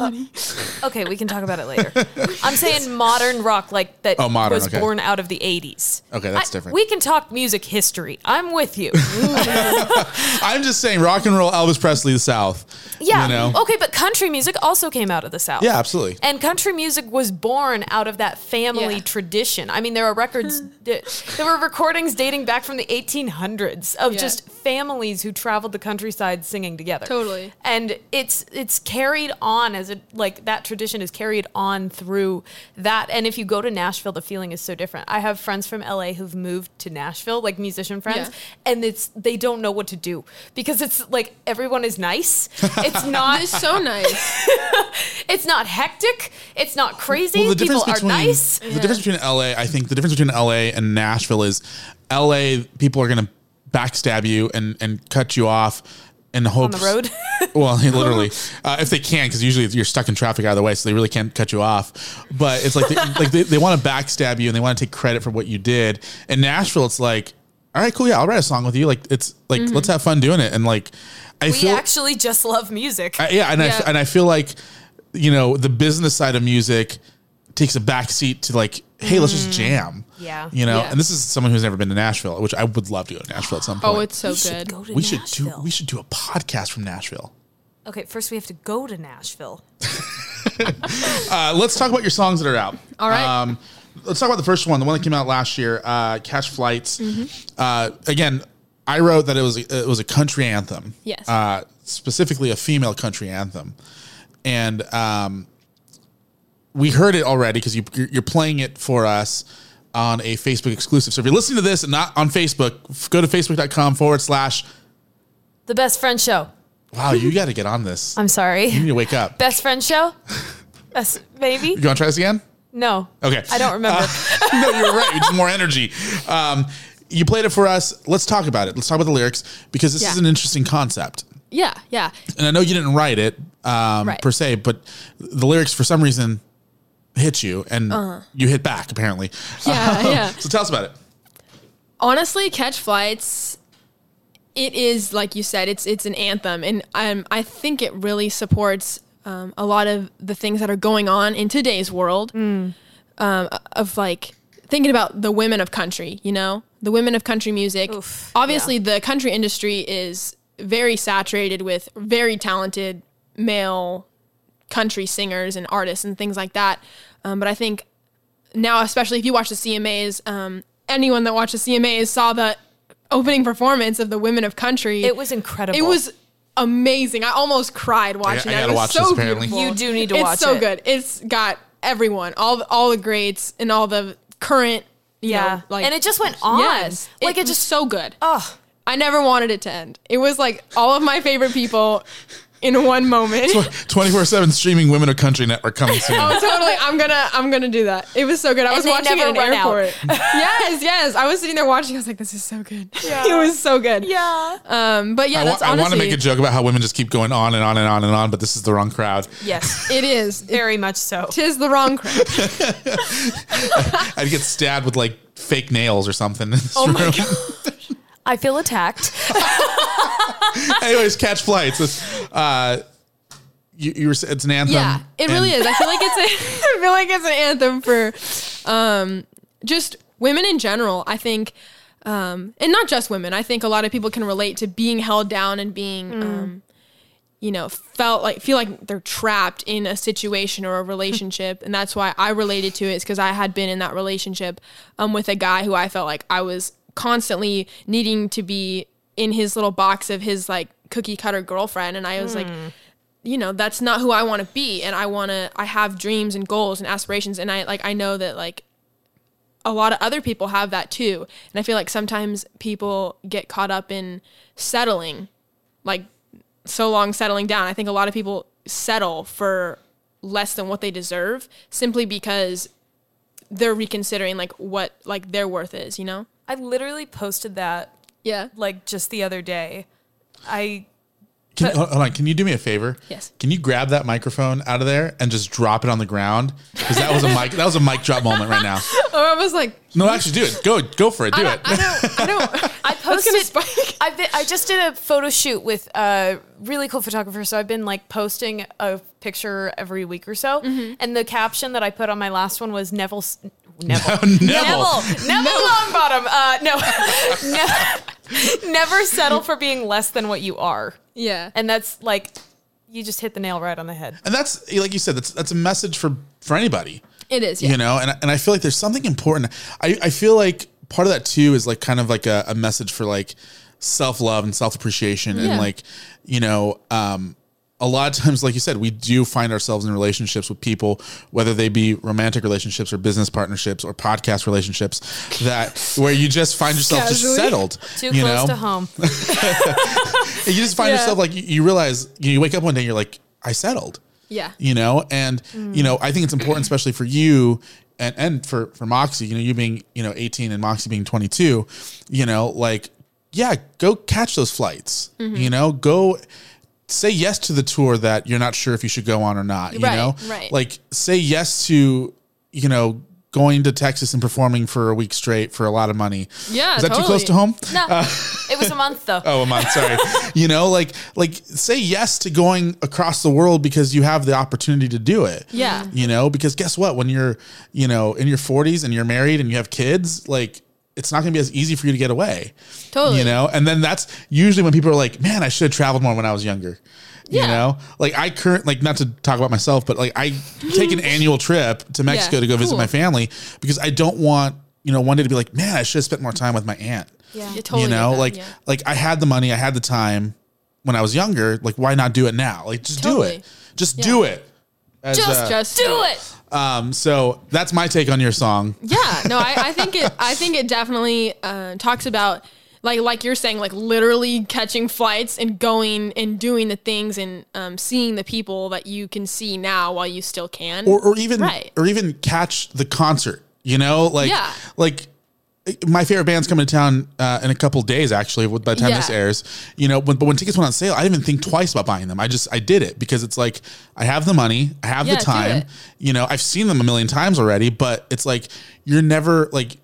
Okay, we can talk about it later. I'm saying modern rock like that
Oh, modern,
was
okay.
born out of the 80s.
Okay, that's
I-
different.
We can talk music history. I'm with you.
I'm just saying, rock and roll, Elvis Presley, the South.
Yeah.
You know?
Okay, but country music also came out of the South.
Yeah, absolutely.
And country music was born out of that family
Yeah. Hmm.
tradition. I mean, there are records, that, there were recordings dating back from the 1800s of
Yeah.
just families who traveled the countryside singing together.
Totally.
And it's it's carried on as a like that tradition is carried on through that. And if you go to Nashville, the feeling is so different. I have friends from LA who've moved to Nashville, like musician friends,
Yeah.
and it's they don't know what to do because it's like everyone is nice. It's not
it's so nice.
it's not hectic. It's not crazy. People are
between
nice.
the difference between LA, I think the difference between LA and Nashville is LA people are going to backstab you and and cut you off in hopes
road?
well, literally, uh, if they can, because usually you're stuck in traffic either way, so they really can't cut you off. But it's like they, like they, they want to backstab you and they want to take credit for what you did. In Nashville, it's like, all right, cool, yeah, I'll write a song with you. Like it's like let's have fun doing it. And like I
Mm-hmm. We
feel
actually just love music.
I- yeah, and
Yeah.
I and I feel like you know the business side of music takes a back seat to like, hey, let's just jam.
Yeah.
you know.
Mm. Yeah.
And this is someone who's never been to Nashville, which I would love to go to Nashville at some point.
Oh, it's so good.
to
we should do we should do a podcast from Nashville.
okay, first we have to go to Nashville.
Uh, let's talk about your songs that are out.
All right.
Um, let's talk about the first one, the one that came out last year, uh, "Catch Flights." Uh, again, I wrote that it was it was a country anthem.
Yes.
Uh, specifically, a female country anthem, and um, we heard it already because you, you're playing it for us. on a Facebook exclusive. So if you're listening to this and not on Facebook, f- go to facebook.com forward slash.
The best friend show.
Wow, you got to get on this.
I'm
You need
sorry.
to wake up.
best friend show. Best, maybe.
You want to try this again?
No.
Okay.
I don't remember.
no, you're right. It's more energy. Um, you played it for us. Let's talk about it. Let's talk about the lyrics because this
Yeah.
is an interesting concept.
Yeah, yeah.
And I know you didn't write it um,
Right.
per se, but the lyrics for some reason hit you and you hit back apparently.
Yeah,
Um,
Uh-huh. yeah.
So tell us about it.
honestly catch flights it is like you said it's it's an anthem and um, i think it really supports um, a lot of the things that are going on in today's world um, of like thinking about the women of country you know the women of country music obviously the country industry is very saturated with very talented male country singers and artists and things like that um, but i think now, especially if you watch the CMAs, um, anyone that watched the CMAs saw the opening performance of the Women of Country.
It was incredible.
It was amazing. I almost cried watching
I
it.
gotta
It was
watch
so
this, apparently.
beautiful.
You do need to
it's
watch
so
it.
good. It's got everyone, all the, all the greats and all the current. you
Yeah.
know, like
and it just went on.
Yes,
Like it,
was
just
so good.
oh
I never wanted it to end. It was like all of my favorite people in one moment.
24 7 streaming Women of Country Network coming soon.
Oh, totally. I'm gonna, I'm gonna do that. It was so good. I was
they
watching it
never
in an
run out.
airport. yes, yes. I was sitting there watching. I was like, this is so good. it was so good.
yeah.
Um, but yeah,
I, wa-
that's
I want to
honestly.
make a joke about how women just keep going on and on and on and on, but this is the wrong crowd.
Yes.
It is. It
Very much so.
is the wrong crowd.
I'd get stabbed with like fake nails or something in
Oh
this room.
I feel attacked.
Anyways, catch flights. It's, uh, you, you were, s- it's an anthem.
Yeah, it really
and
is. I feel like it's a, I feel like it's an anthem for um, just women in general. I think, um, and not just women. I think a lot of people can relate to being held down and being, um, you know, felt like feel like they're trapped in a situation or a relationship, and that's why I related to it is because I had been in that relationship um, with a guy who I felt like I was constantly needing to be in his little box of his like cookie cutter girlfriend, and I was like you know that's not who i want to be and i want to i have dreams and goals and aspirations and i like i know that like a lot of other people have that too and i feel like sometimes people get caught up in settling like so long settling down i think a lot of people settle for less than what they deserve simply because they're reconsidering like what like their worth is you know
I literally posted that
yeah
like just the other day. I
Can, hold hold on. Can you do me a favor?
Yes.
Can you grab that microphone out of there and just drop it on the ground? Because that was a mic. That was a mic drop moment right now.
or i was like
No, actually, do it. Go, go for it. Do
i
it.
don't i don't i don't
I posted.
gonna spike.
I've been, I just did a photo shoot with a really cool photographer, so I've been like posting a picture every week or so.
Mm-hmm.
And the caption that I put on my last one was Neville. S- Neville. Neville. Neville Longbottom. Uh, no. Ne- Never settle for being less than what you are.
yeah
And that's like, you just hit the nail right on the head.
And that's like you said. That's that's a message for for anybody.
it is yeah
you know and, and i feel like there's something important I, I feel like part of that too is like kind of like a, a message for like self-love and self-appreciation
Yeah.
and like you know um a lot of times like you said we do find ourselves in relationships with people whether they be romantic relationships or business partnerships or podcast relationships that where you just find yourself just
Casually.
settled
Too
you
close
know?
to home.
And you just find
Yeah.
yourself like you, you realize you wake up one day and you're like i settled
Yeah.
you know and you know i think it's important especially for you and and for for moxie you know you being you know 18 and moxie being 22 you know like yeah go catch those flights
Mm-hmm.
you know go say yes to the tour that you're not sure if you should go on or not you
Right,
know
right.
like say yes to you know going to texas and performing for a week straight for a lot of money
Yeah,
is that too
totally.
close to home
No. it was a month though.
Oh, a month. Sorry. you know, like like say yes to going across the world because you have the opportunity to do it.
Yeah.
You know, because guess what? When you're you know in your 40s and you're married and you have kids, like it's not going to be as easy for you to get away.
Totally.
You know, and then that's usually when people are like, "Man, I should have traveled more when I was younger." You
Yeah.
know, like I current like not to talk about myself, but like I take an annual trip to Mexico to go visit
cool.
my family because I don't want you know one day to be like, "Man, I should have spent more time with my aunt."
yeah totally
you
get
know
that,
like
yeah.
like i had the money i had the time when i was younger like why not do it now like just do
Totally.
it just do it As,
just
uh,
just
Do it.
Um, so that's my take on your song.
Yeah, no, I, I think it. I think it definitely uh, talks about like like you're saying, like literally catching flights and going and doing the things and um, seeing the people that you can see now while you still can,
or, or even
right.
or even catch the concert. You know, like
Yeah.
like my favorite band's coming to town uh, in a couple days. Actually, with- by the time this
Yeah.
airs, you know. When, but when tickets went on sale, I didn't even think twice about buying them. I just I did it because it's like I have the money, I have
Yeah,
the
do
time.
it.
You know, I've seen them a million times already. But it's like you're never like.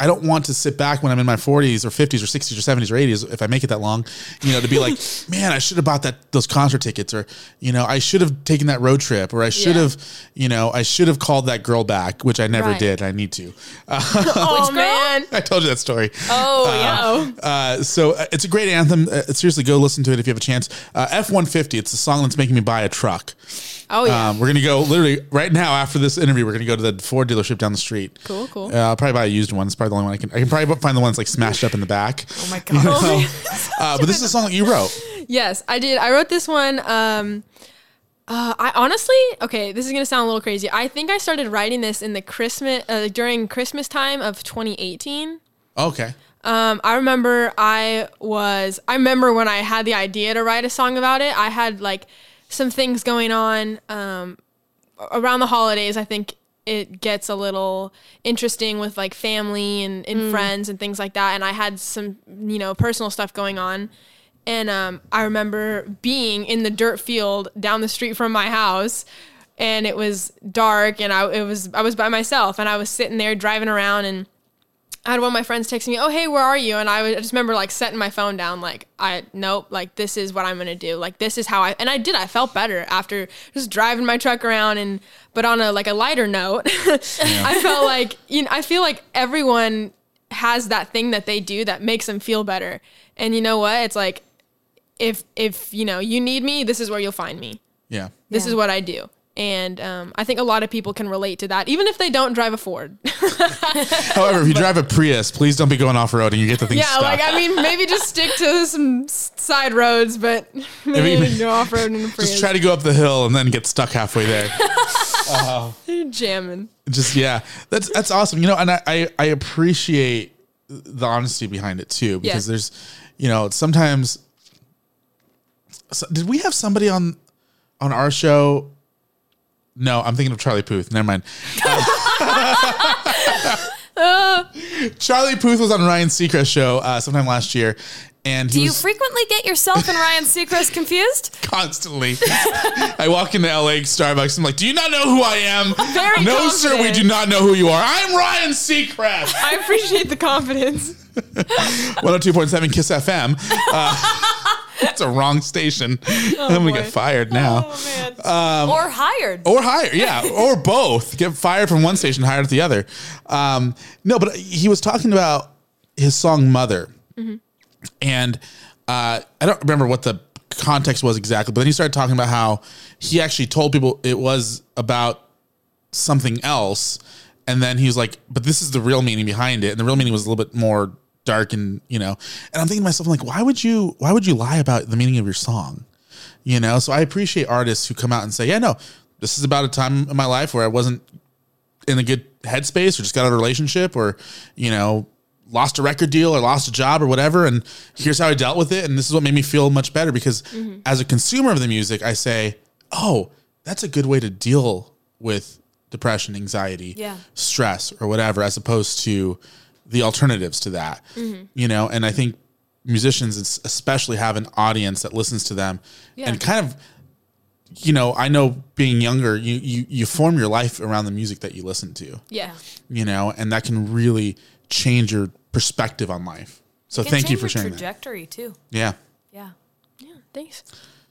I don't want to sit back when I'm in my 40s or 50s or 60s or 70s or 80s if I make it that long, you know, to be like, man, I should have bought that those concert tickets or you know, I should have taken that road trip or I should
Yeah.
have, you know, I should have called that girl back, which I never
Right.
did. I need to.
oh man,
I told you that story.
Oh, yeah.
Uh, so uh, it's a great anthem. Uh, seriously, go listen to it if you have a chance. Uh, F one fifty. It's the song that's making me buy a truck.
oh yeah,
Um, we're gonna go literally right now after this interview. We're gonna go to the Ford dealership down the street.
Cool, cool.
Uh, I'll probably buy a used one. It's probably the only one I can. I can probably find the ones like smashed up in the back. Oh my god! uh, but this is a song that you wrote.
Yes, I did. I wrote this one. Um, uh, I honestly, okay, this is gonna sound a little crazy. I think I started writing this in the Christmas uh, during Christmas time of 2018.
Okay.
Um, I remember I was. I remember when I had the idea to write a song about it. I had like some things going on um, around the holidays. I think it gets a little interesting with like family and, and friends and things like that. And I had some you know personal stuff going on. And um, I remember being in the dirt field down the street from my house, and it was dark, and I it was I was by myself, and I was sitting there driving around and. I had one of my friends text me, "Oh hey, where are you?" And I, was, I just remember like setting my phone down, like I nope, like this is what I'm gonna do, like this is how I. And I did. I felt better after just driving my truck around, and but on a like a lighter note, I felt like you know I feel like everyone has that thing that they do that makes them feel better. And you know what? It's like if if you know you need me, this is where you'll find me
Yeah.
this is what I do. And um, I think a lot of people can relate to that, even if they don't drive a Ford.
However, if you drive a Prius, please don't be going off road and you get the thing
yeah,
stuck.
like I mean, maybe just stick to some s- side roads, but maybe no off road in a Prius.
just try to go up the hill and then get stuck halfway there.
You're jamming.
just yeah, that's that's awesome. You know, and I I, I appreciate the honesty behind it too because
Yeah.
there's, you know, sometimes. So, did we have somebody on on our show? No, I'm thinking of Charlie Puth. Never mind. Charlie Puth was on Ryan Seacrest show uh, sometime last year, and he
Do you
was
frequently get yourself and Ryan Seacrest confused?
constantly. I walk into LA Starbucks. I'm like, "Do you not know who I am?"
Very
no, sir. We
confident.
do not know who you are. I'm Ryan Seacrest.
I appreciate the confidence.
102.7 Kiss FM. Uh, it's a wrong station. I'm going to
Oh, boy. Oh.
get fired now. um,
or hired?
Or higher, yeah, or both. Get fired from one station, hired at the other. Um, no, but he was talking about his song "Mother," and uh, I don't remember what the context was exactly. But then he started talking about how he actually told people it was about something else, and then he was like, "But this is the real meaning behind it," and the real meaning was a little bit more dark and you know. And I'm thinking to myself, I'm like, why would you? Why would you lie about the meaning of your song? you know so i appreciate artists who come out and say yeah no this is about a time in my life where i wasn't in a good headspace or just got out of a relationship or you know lost a record deal or lost a job or whatever and here's how i dealt with it and this is what made me feel much better because as a consumer of the music i say oh that's a good way to deal with depression anxiety
Yeah.
stress or whatever as opposed to the alternatives to that you know and i think musicians es- especially have an audience that listens to them and kind of you know i know being younger you, you you form your life around the music that you listen to
Yeah.
you know and that can really change your perspective on life so
Can
thank you
change
for
your
sharing that
trajectory too.
yeah
Yeah.
Thanks.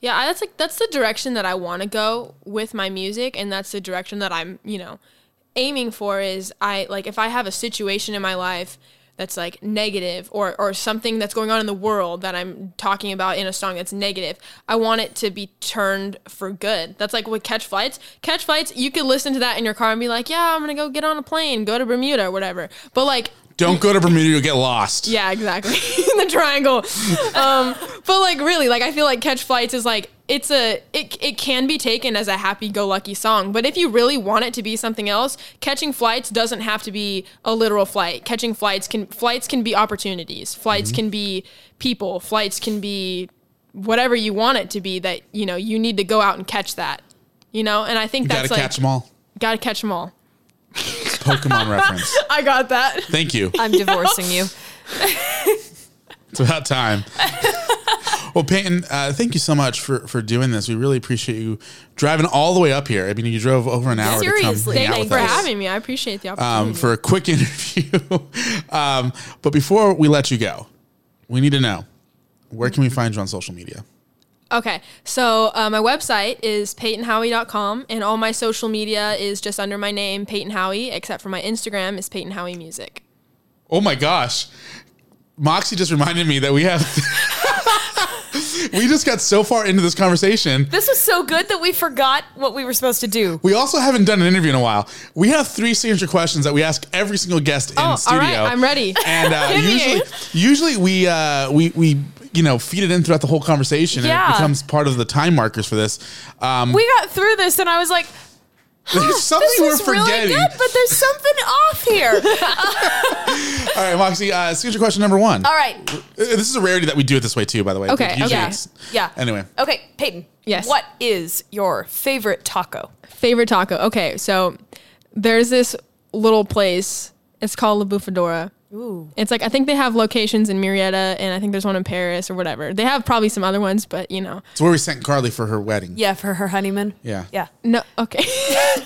Yeah, I- that's like that's the direction that I want to go with my music, and that's the direction that I'm, you know, aiming for. Is I like if I have a situation in my life that's like negative, or or something that's going on in the world that I'm talking about in a song that's negative, I want it to be turned for good. That's like with Catch Flights. Catch Flights, you could listen to that in your car and be like, yeah, I'm gonna go get on a plane, go to Bermuda or whatever. But like
don't go to bermuda you'll get lost
yeah, exactly. In the triangle. Um, but like really, like I feel like catch flights is like it's a it, it can be taken as a happy-go-lucky song but if you really want it to be something else catching flights doesn't have to be a literal flight catching flights can flights can be opportunities flights
Mm-hmm.
can be people flights can be whatever you want it to be that you know you need to go out and catch that you know and i think
You
that's
gotta
like
catch them all.
gotta catch them all
Pokemon reference.
i got that
Thank you.
I'm divorcing you.
It's about time. well, Peyton, uh, thank you so much for for doing this. We really appreciate you driving all the way up here. I mean, you drove over an hour
Seriously,
to come hang
thank
out
you
with
for
us.
having me i appreciate the opportunity
um, for a quick interview. um, but before we let you go, we need to know where can we find you on social media?
Okay, so uh, my website is peytonhowie.com, and all my social media is just under my name, Peyton Howie, except for my Instagram is Peyton Howie Music.
Oh my gosh. Moxie just reminded me that we have. we just got so far into this conversation.
This was so good that we forgot what we were supposed to do.
We also haven't done an interview in a while. We have three signature questions that we ask every single guest
Oh,
in studio.
all right, I'm ready.
And uh,
Hit me.
usually, usually we uh, we we you know feed it in throughout the whole conversation, and
Yeah.
it becomes part of the time markers for this. Um,
We got through this, and I was like,
there's something
"This
we're
was really
forgetting.
good, but there's something off here."
All right, Moxie, uh, signature question number one. Uh,
All right,
This is a rarity that we do it this way too. By the way,
Okay,
Usually
okay.
it's-
yeah.
Anyway,
Okay, Peyton.
Yes.
What is your favorite taco?
Favorite taco? Okay, so there's this little place. It's called La Bufadora. Ooh. It's like, I think they have locations in Murrieta, and I think there's one in Paris or whatever. They have probably some other ones, but you know.
it's where we sent Carly for her wedding.
Yeah, for her honeymoon.
Yeah.
Yeah.
No, okay.
Ju-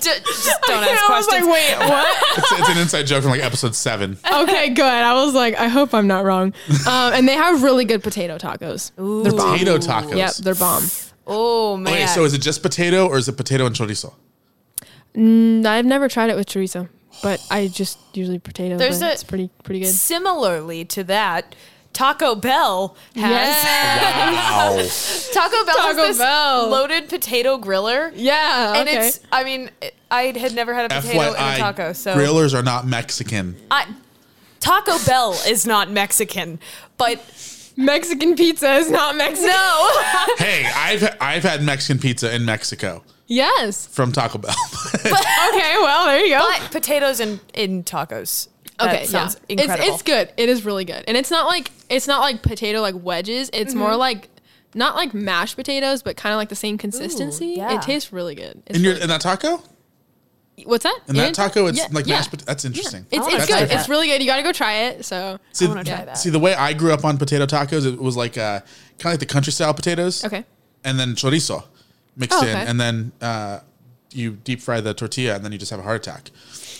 just don't ask
I was
questions.
like, wait, what?
It's, it's an inside joke from like episode seven.
okay, good. I was like, I hope I'm not wrong. Um, and they have really good potato tacos. They're bomb.
Potato tacos.
Yep, they're bomb.
oh man.
Okay, so is it just potato or is it potato and chorizo?
I've never tried it with chorizo, but I just usually potato.
There's
but
a-
it's pretty pretty good.
Similarly to that, Taco Bell has
Wow.
Taco Bell
Taco
has this
Bell.
loaded potato griller.
Yeah,
And it's, I mean, it- I had never had a potato in a
FYI,
taco, so
grillers are not Mexican.
I, Taco Bell is not Mexican, but
Mexican pizza is not Mexican.
no,
Oh,
hey, I've I've had Mexican pizza in Mexico
Yes.
from Taco Bell.
Okay. Well, there you go.
but potatoes in in tacos. That
okay. Yeah.
sounds
It's
incredible.
it's good. It is really good, and it's not like it's not like potato like wedges. It's more like. Not like mashed potatoes, but kind of like the same consistency.
yeah.
It tastes really good. It's
in your
really-
in that taco?
what's that?
In that taco, it's
yeah,
like
yeah.
mashed potato. That's interesting.
It's,
wanna
it's
try
good.
that.
It's really good. You got to go try it. So
See,
wanna try that.
see, the way I grew up on potato tacos, it was like uh, kind of like the country style potatoes.
okay.
And then chorizo mixed
Oh,
in,
okay.
and then uh, you deep fry the tortilla, and then you just have a heart attack.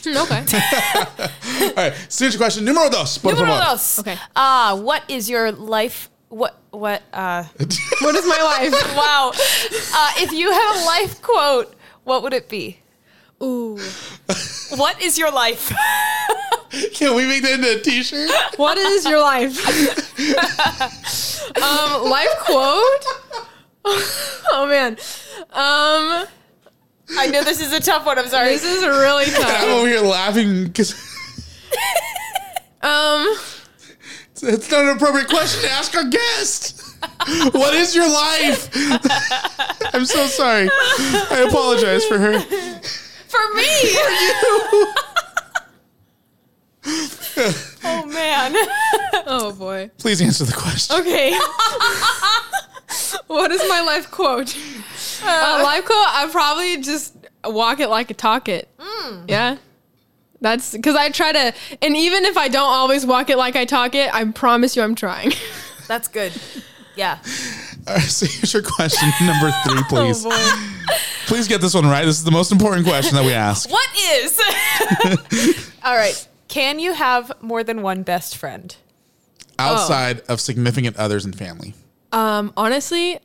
Hmm, okay.
All right, signature question numero dos. por
Número
favor.
dos.
Okay.
Ah, what is your life? What what? Uh,
what is my life?
wow. Uh, if you had a life quote, what would it be?
Ooh.
What is your life?
Can we make that into a T-shirt?
What is your life? um, life quote. oh man. Um,
I know this is a tough one. I'm sorry.
this is really
I'm
tough.
over here laughing because
Um,
it's not an appropriate question to ask our guest. what is your life? I'm so sorry. I apologize for her.
for me. oh man.
oh boy.
Please answer the question.
Okay. what is my life quote? Uh, life quote. I probably just walk it like a talk it. Yeah. That's because I try to, and even if I don't always walk it like I talk it, I promise you I'm trying.
That's good. Yeah.
All right, signature question number three, please.
Oh, boy.
Please get this one right. This is the most important question that we ask.
What is? All right. Can you have more than one best friend?
Oh.
Outside of significant others and family.
Um, honestly,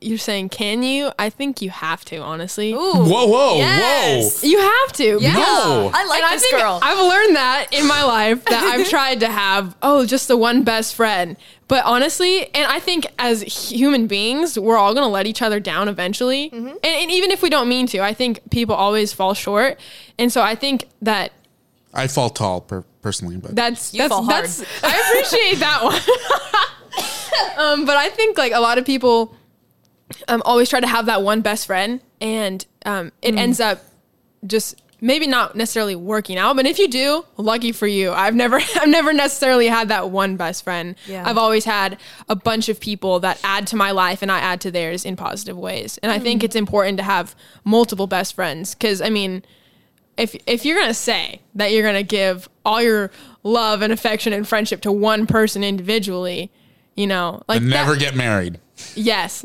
you're saying can you? I think you have to, honestly.
Whoa, whoa,
Yes.
You have to. Yeah.
No.
I like
I
this
think
girl.
I've learned that in my life that I've tried to have oh just the one best friend. But honestly, and I think as human beings, we're all gonna let each other down eventually.
Mm-hmm.
And, and even if we don't mean to, I think people always fall short. And so I think that
I fall tall per- personally, but
that's that's,
fall hard.
that's I appreciate that one. um, but I think like a lot of people um, always try to have that one best friend, and um, it ends up just maybe not necessarily working out. But if you do, lucky for you. I've never, I've never necessarily had that one best friend.
Yeah.
I've always had a bunch of people that add to my life, and I add to theirs in positive ways. And I
Mm.
think it's important to have multiple best friends because I mean, if if you're gonna say that you're gonna give all your love and affection and friendship to one person individually, you know, like
and never
that-
get married.
Yes.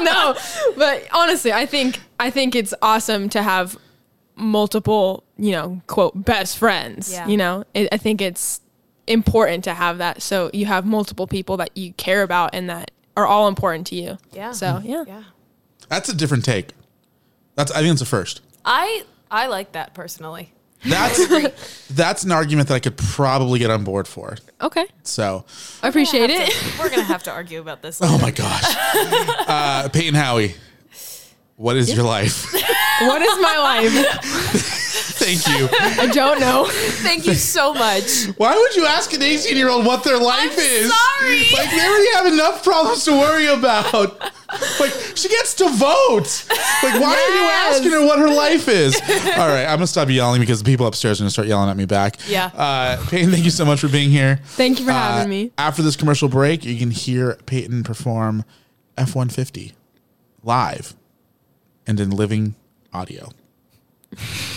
no, but honestly, I think I think it's awesome to have multiple, you know, quote best friends.
Yeah.
You know, it, I think it's important to have that so you have multiple people that you care about and that are all important to you.
Yeah.
So yeah.
Yeah.
That's a different take. That's I think it's a first.
I I like that personally.
That's that's an argument that I could probably get on board for.
Okay.
So,
I appreciate it.
We're gonna have to argue about this.
oh my gosh, uh, Peyton Howie, what is your life?
what is my life?
Thank you.
I don't know.
Thank you so much.
Why would you ask an 18 year old what their life is?
sorry.
Like, they already have enough problems to worry about. Like, she gets to vote. Like, why
Yes.
are you asking her what her life is? All right, I'm going to stop yelling because the people upstairs are going to start yelling at me back.
Yeah.
Uh, Peyton, thank you so much for being here.
Thank you for
Uh,
having me.
After this commercial break, you can hear Peyton perform F 150 live and in living audio.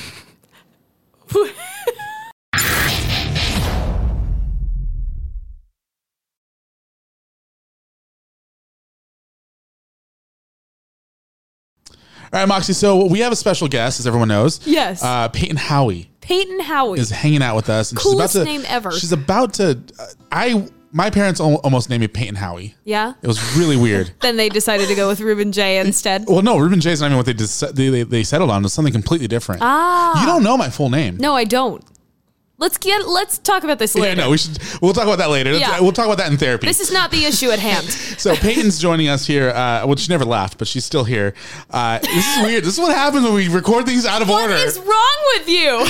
All right, Moxie. So we have a special guest, as everyone knows.
Yes.
Uh, Peyton Howie
Peyton Howie.
is hanging out with us, and
Coolest
she's about to.
name ever.
She's about to. uh, I my parents al- almost named me Peyton Howie.
yeah.
It was really weird.
Then they decided to go with Ruben J instead.
Well, no, Ruben J's not even what they, dec- they they they settled on. It was something completely different. Ah. You don't know my full name.
No, I don't. Let's get let's talk about this
Yeah,
later.
no, we should. We'll talk about that later.
Yeah.
We'll talk about that in therapy.
This is not the issue at hand.
so Peyton's joining us here. Uh, well, she never left, but she's still here. Uh, this is weird. This is what happens when we record things out of
what
order.
is wrong with you?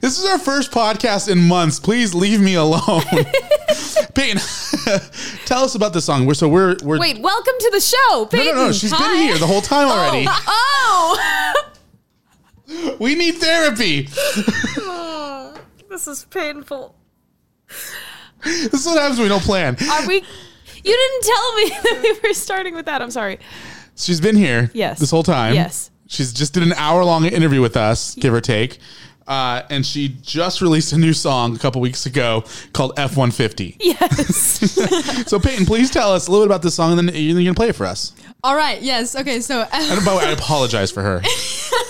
This is our first podcast in months. Please leave me alone. Peyton, tell us about the song. We're so we're we're
Wait, welcome to the show,
no
Peyton.
no no. She's
Hi.
been here the whole time already.
Oh,
We need therapy.
this is painful.
This is what happens when we don't plan.
Are we? You didn't tell me that we were starting with that. I'm sorry.
She's been here
Yes.
this whole time.
Yes.
She's just did an hour long interview with us, give or take. Uh, and she just released a new song a couple weeks ago called F one fifty.
Yes.
So Peyton, please tell us a little bit about this song, and then you're gonna play it for us.
All right. Yes. Okay. So
And by the way, I apologize for her.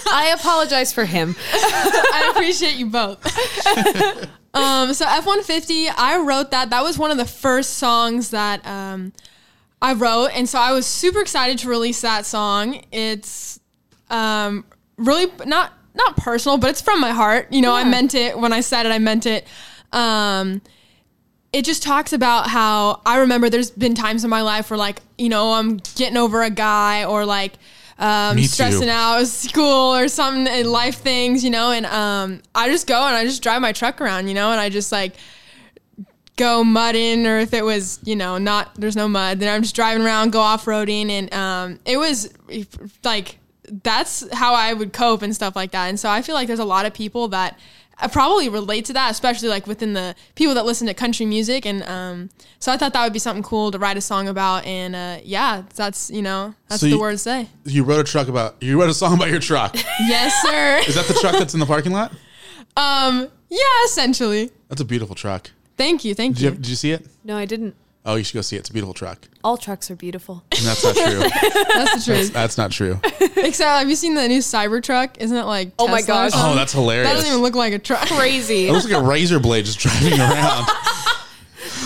I apologize for him.
I appreciate you both. um, so F one fifty, I wrote that. That was one of the first songs that um, I wrote, and so I was super excited to release that song. It's um, really not not personal, but it's from my heart. You know, I meant it when I said it. I meant it. Um, it just talks about how I remember there's been times in my life where like you know I'm getting over a guy or like um,
Me too.
stressing out at school or something and life things you know and um, I just go and I just drive my truck around you know and I just like go mudding or if it was you know not there's no mud then I'm just driving around go off roading and um, it was like that's how I would cope and stuff like that and so I feel like there's a lot of people that uh, probably relate to that especially like within the people that listen to country music and um, so I thought that would be something cool to write a song about and uh, yeah that's you know that's
So
the
you-
word to say
You wrote a truck about you wrote a song about your truck.
yes sir
Is that the truck that's in the parking lot?
um yeah essentially
That's a beautiful truck.
thank you thank
Did you,
you
did you see it?
No, I didn't.
Oh, you should go see it. It's a beautiful truck.
All trucks are beautiful.
And that's not true.
that's the truth
that's not true.
except have you seen the new Cybertruck isn't it like
Oh my
Tesla or
gosh.
something?
Oh, that's hilarious.
That doesn't even look like a truck.
it
Crazy.
looks like a razor blade just driving around.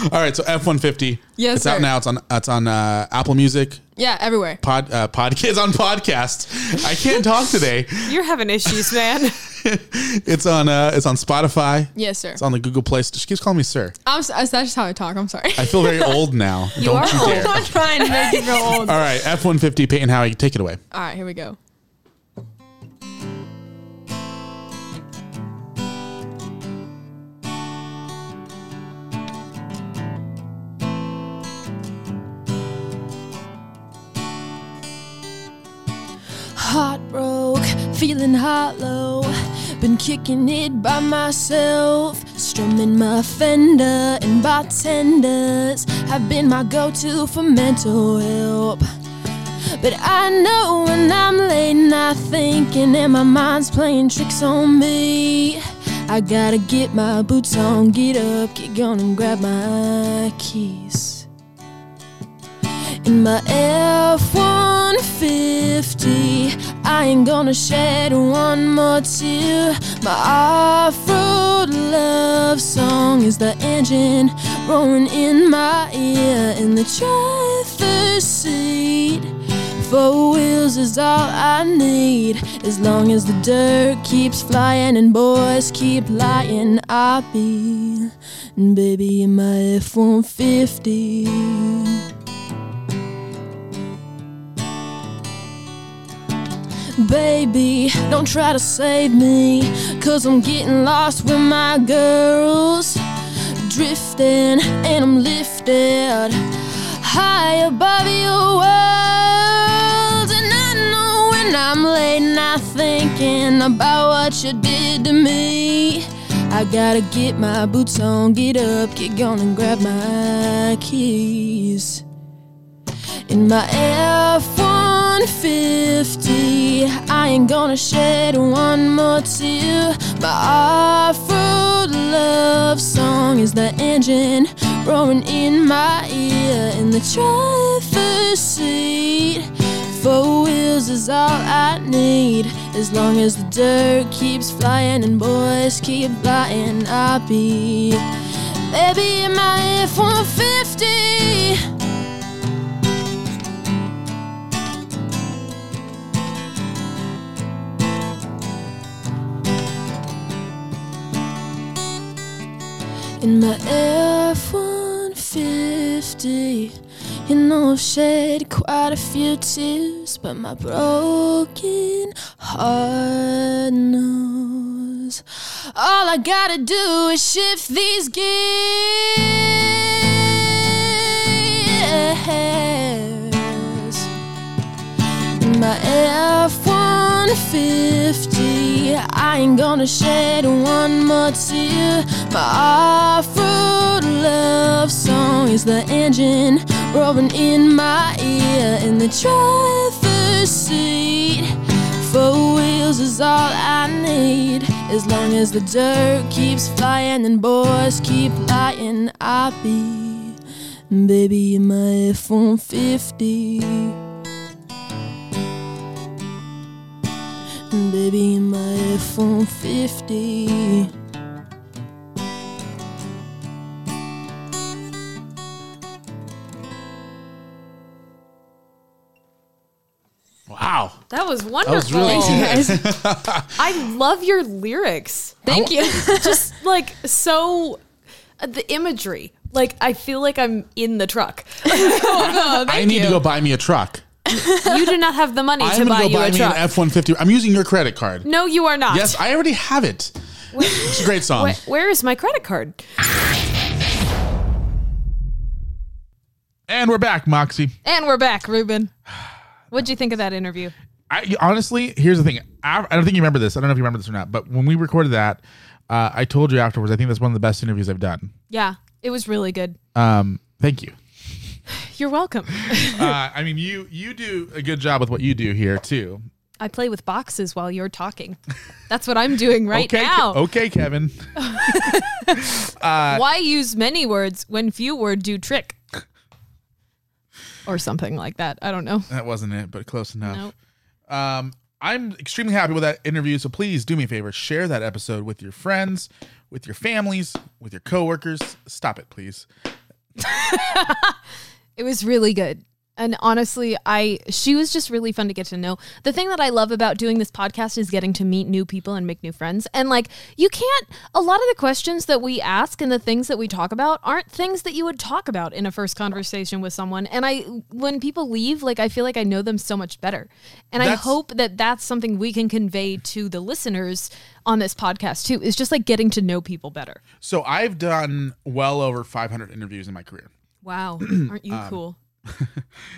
All right, so F one fifty.
Yes,
it's out
sir.
now. It's on. It's on uh, Apple Music.
Yeah, everywhere.
Pod. Uh, pod. It's on podcast. I can't talk today.
You're having issues, man.
It's on. Uh, it's on Spotify.
Yes, sir.
It's on the Google Play. She keeps calling me sir.
I'm, s- that's just how I talk. I'm sorry.
I feel very old now. Don't
are
you dare.
I'm trying to make it real old.
All right, F one fifty. Peyton Howie, take it away.
All right, here we go. Heartbroke, feeling hollow. Been kicking it by myself. Strumming my fender, and bartenders have been my go to for mental help. But I know when I'm late not thinking and my mind's playing tricks on me. I gotta get my boots on, get up, get gone, and grab my keys. In my F 150, I ain't gonna shed one more tear. My off road love song is the engine roaring in my ear. In the driver's seat, four wheels is all I need. As long as the dirt keeps flying and boys keep lying, I'll be, baby, in my F 150. Baby, don't try to save me, cause I'm getting lost with my girls. Drifting and I'm lifted high above your world. And I know when I'm late, not thinking about what you did to me. I gotta get my boots on, get up, get gone, and grab my keys. In my F 150, I ain't gonna shed one more tear. My off road love song is the engine roaring in my ear. In the driver's seat, four wheels is all I need. As long as the dirt keeps flying and boys keep lying, I'll be baby in my F 150. in my F 150. You know, I've shed quite a few tears, but my broken heart knows. All I gotta do is shift these gears. In my F 150. I ain't gonna shed one more tear. My off road love song is the engine roaring in my ear. In the driver's seat, four wheels is all I need. As long as the dirt keeps flying and boys keep lying, I'll be, baby, in my F 150. Baby, in my F 150.
Wow.
That was wonderful.
That was really
I love your lyrics.
Thank you.
Just like so, uh, the imagery. Like I feel like I'm in the truck.
Oh,
I need to go buy me a truck.
you do not have the money
I'm
to
gonna
buy
go
you
buy
a
me
truck.
an F one fifty. I'm using your credit card.
no, you are not.
Yes, I already have it. It's a great song.
Wh- where is my credit card?
And we're back, Moxie.
And we're back, Ruben. What'd you think of that interview?
I honestly, here's the thing. I, I don't think you remember this. I don't know if you remember this or not, but when we recorded that, uh, I told you afterwards. I think that's one of the best interviews I've done.
Yeah, it was really good.
Um, thank you.
You're welcome.
uh, I mean, you you do a good job with what you do here too.
I play with boxes while you're talking. That's what I'm doing right
okay,
now.
okay, Kevin.
Uh,
Why use many words when few words do trick? Or something like that. I don't know.
That wasn't it, but close enough. Um, I'm extremely happy with that interview. So please do me a favor, share that episode with your friends, with your families, with your coworkers. Stop it, please.
It was really good. And honestly, I she was just really fun to get to know. The thing that I love about doing this podcast is getting to meet new people and make new friends. And like you can't a lot of the questions that we ask and the things that we talk about aren't things that you would talk about in a first conversation with someone. And I when people leave, like I feel like I know them so much better. And I
That's-
hope that that's something we can convey to the listeners on this podcast too. Is just like getting to know people better.
So I've done well over 500 interviews in my career. Um,
Wow. Aren't you cool?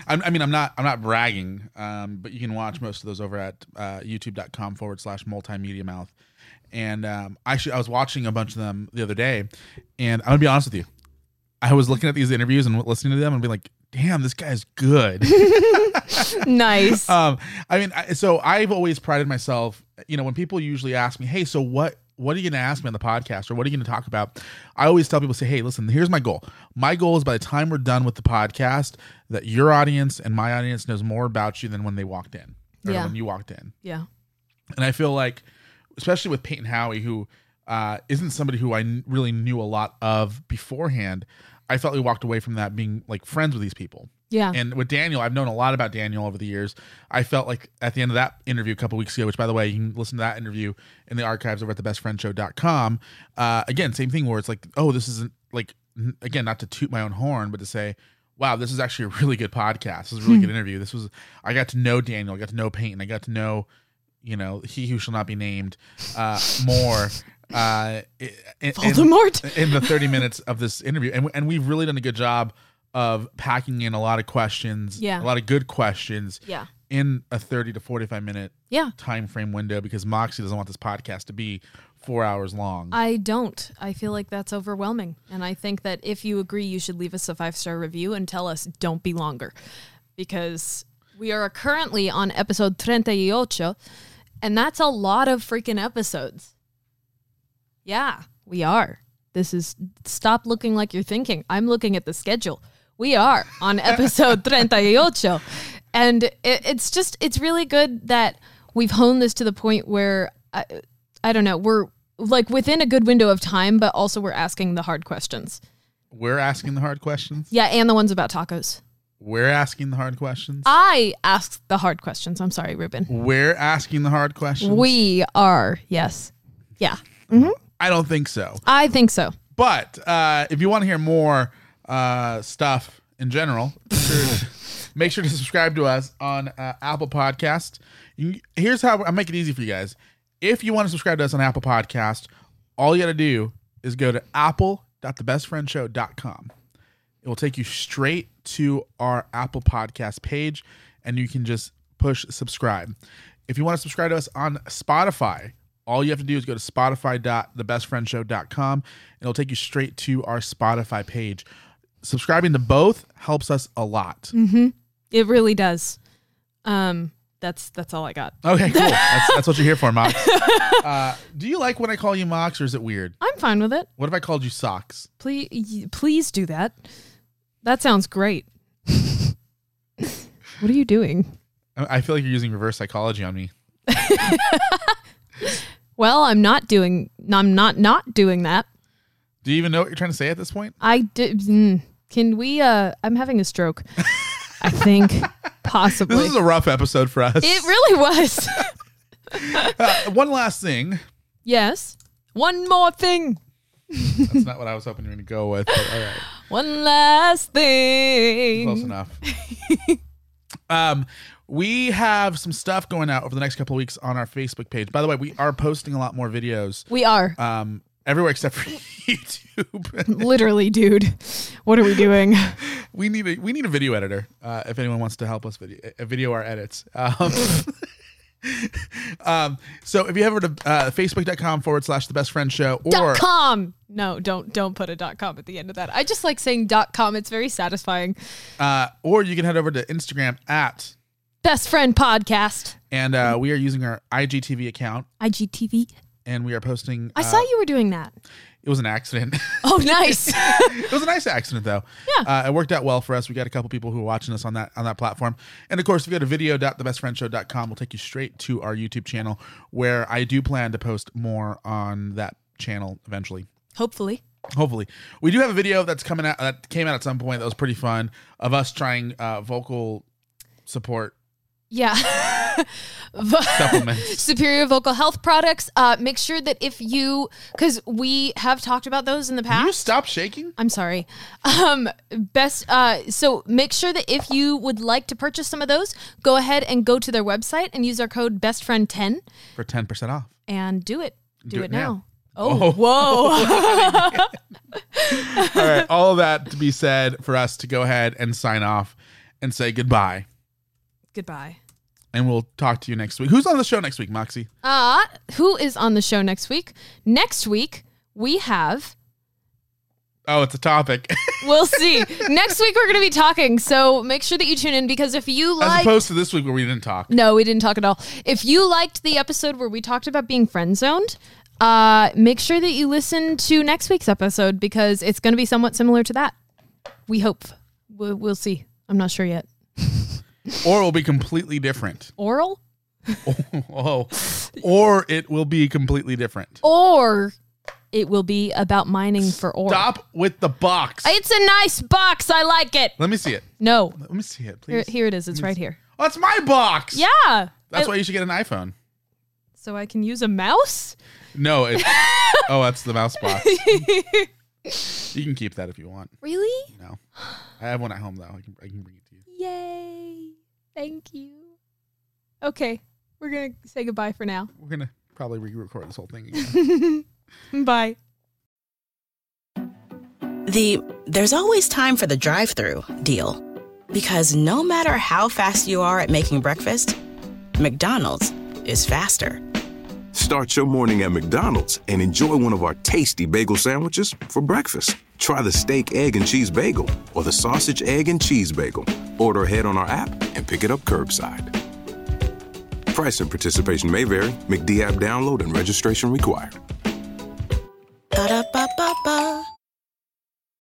I'm, I mean, I'm not, I'm not bragging, um, but you can watch most of those over at uh, YouTube.com forward slash multimedia mouth. And um, actually, I was watching a bunch of them the other day, and I'm gonna be honest with you, I was looking at these interviews and listening to them and be like, "Damn, this guy's good."
nice.
Um, I mean, I, so I've always prided myself. You know, when people usually ask me, "Hey, so what? What are you going to ask me on the podcast, or what are you going to talk about?" I always tell people, "Say, hey, listen, here's my goal. My goal is by the time we're done with the podcast, that your audience and my audience knows more about you than when they walked in, or
Yeah.
when you walked in."
Yeah.
And I feel like, especially with Peyton Howie, who uh, isn't somebody who I kn- really knew a lot of beforehand, I felt we walked away from that being like friends with these people.
Yeah.
And with Daniel, I've known a lot about Daniel over the years. I felt like at the end of that interview a couple weeks ago, which by the way, you can listen to that interview in the archives over at thebestfriendshow.com. Uh, again, same thing where it's like, oh, this isn't like, n- again, not to toot my own horn, but to say, wow, this is actually a really good podcast. This is a really
Hmm.
good interview. This was, I got to know Daniel, I got to know Peyton, I got to know, you know, he who shall not be named uh, more. Uh, i- in,
Voldemort.
in, the 30 minutes of this interview. And, and we've really done a good job of packing in a lot of questions,
Yeah.
a lot of good questions
Yeah.
in a 30 to 45 minute
Yeah.
time frame window because Moxie doesn't want this podcast to be four hours long.
I don't. I feel like that's overwhelming. And I think that if you agree, you should leave us a five star review and tell us don't be longer because we are currently on episode 38, and that's a lot of freaking episodes. Yeah, we are. This is stop looking like you're thinking. I'm looking at the schedule. We are on episode 38. And it, it's just, it's really good that we've honed this to the point where I, I don't know, we're like within a good window of time, but also we're asking the hard questions.
We're asking the hard questions.
Yeah, and the ones about tacos.
We're asking the hard questions.
I asked the hard questions. I'm sorry, Ruben.
We're asking the hard questions.
We are, yes. Yeah.
I don't think so.
I think so.
But uh, if you want to hear more uh, stuff in general, sure- make sure to subscribe to us on uh, Apple Podcast. You can- here's how I make it easy for you guys. If you want to subscribe to us on Apple Podcast, all you got to do is go to apple.thebestfriendshow.com. It will take you straight to our Apple Podcast page, and you can just push subscribe. If you want to subscribe to us on Spotify, all you have to do is go to spotify.thebestfriendshow.com, and it'll take you straight to our Spotify page. Subscribing to both helps us a lot.
Mm-hmm. It really does. Um, that's that's all I got.
Okay, cool. That's, that's what you're here for, Mox. Uh, do you like when I call you Mox, or is it weird?
I'm fine with it.
What if I called you Socks?
Please, y- please do that. That sounds great. what are you doing?
I I feel like you're using reverse psychology on me.
Well, I'm not doing. I'm not not doing that.
Do you even know what you're trying to say at this point?
I did. Mm, can we? Uh, I'm having a stroke. I think possibly.
This is a rough episode for us.
it really was.
Uh, one last thing.
yes. One more thing.
That's not what I was hoping you were going to go with. But all right.
One last thing.
Close enough. um, we have some stuff going out over the next couple of weeks on our Facebook page. By the way, we are posting a lot more videos.
We are.
Um, everywhere except for YouTube.
Literally, dude. What are we doing?
we need a we need a video editor. Uh, if anyone wants to help us video uh, video our edits. Um, um, so if you head over to uh, facebook.com forward slash the best friend show or
dot com. No, don't don't put a dot com at the end of that. I just like saying dot com. It's very satisfying.
uh, or you can head over to Instagram at
Best friend podcast.
and uh, we are using our IGTV account
IGTV.
and we are posting.
I
uh,
saw you were doing that.
It was an accident.
Oh, nice.
it was a nice accident though. Yeah. Uh, it worked out well for us. We got a couple people who are watching us on that on that platform. And of course, if you go to video.thebestfriendshow.com, we'll take you straight to our YouTube channel where I do plan to post more on that channel eventually.
Hopefully.
Hopefully, we do have a video that's coming out that came out at some point that was pretty fun of us trying uh, vocal support
Yeah.
supplements.
Superior vocal health products. Uh, make sure that if you, because we have talked about those in the past.
Can you stop shaking?
I'm sorry. Um, best. Uh, so make sure that if you would like to purchase some of those, go ahead and go to their website and use our code bestfriend10
for ten percent off.
and do it. Do,
Do
it,
it
now.
now.
Oh, whoa.
all right, all of that to be said for us to go ahead and sign off and say goodbye.
Goodbye.
And we'll talk to you next week. Who's on the show next week, Moxie?
Uh, who is on the show next week? Next week, we have.
Oh, it's a topic.
We'll see. next week, we're going to be talking. So make sure that you tune in because if you
As
like.
opposed to this week where we didn't talk.
No, we didn't talk at all. If you liked the episode where we talked about being friend zoned, uh, make sure that you listen to next week's episode because it's going to be somewhat similar to that. We hope. We'll, we'll see. I'm not sure yet.
Or it will be completely different.
Oral?
oh. Or it will be completely different.
Or it will be about mining for ore.
Stop with the box.
It's a nice box. I like it.
Let me see it.
No.
Let me see it,
Here,
please.
here it is. It's right here.
Oh, it's my box.
Yeah. I-
That's why you should get an iPhone.
So I can use a mouse?
No, it's oh, that's the mouse box. You can keep that if you want.
really?
No, I have one at home though. I can, I can bring it to you.
Yay. Thank you. Okay. We're going to say goodbye for now.
We're gonna probably re-record this whole thing. Again.
Bye.
The there's always time for the drive through deal. Because no matter how fast you are at making breakfast, McDonald's is faster.
Start your morning at McDonald's and enjoy one of our tasty bagel sandwiches for breakfast. Try the steak, egg, and cheese bagel or the sausage, egg, and cheese bagel. Order ahead on our app and pick it up curbside. Price and participation may vary. McD app download and registration required.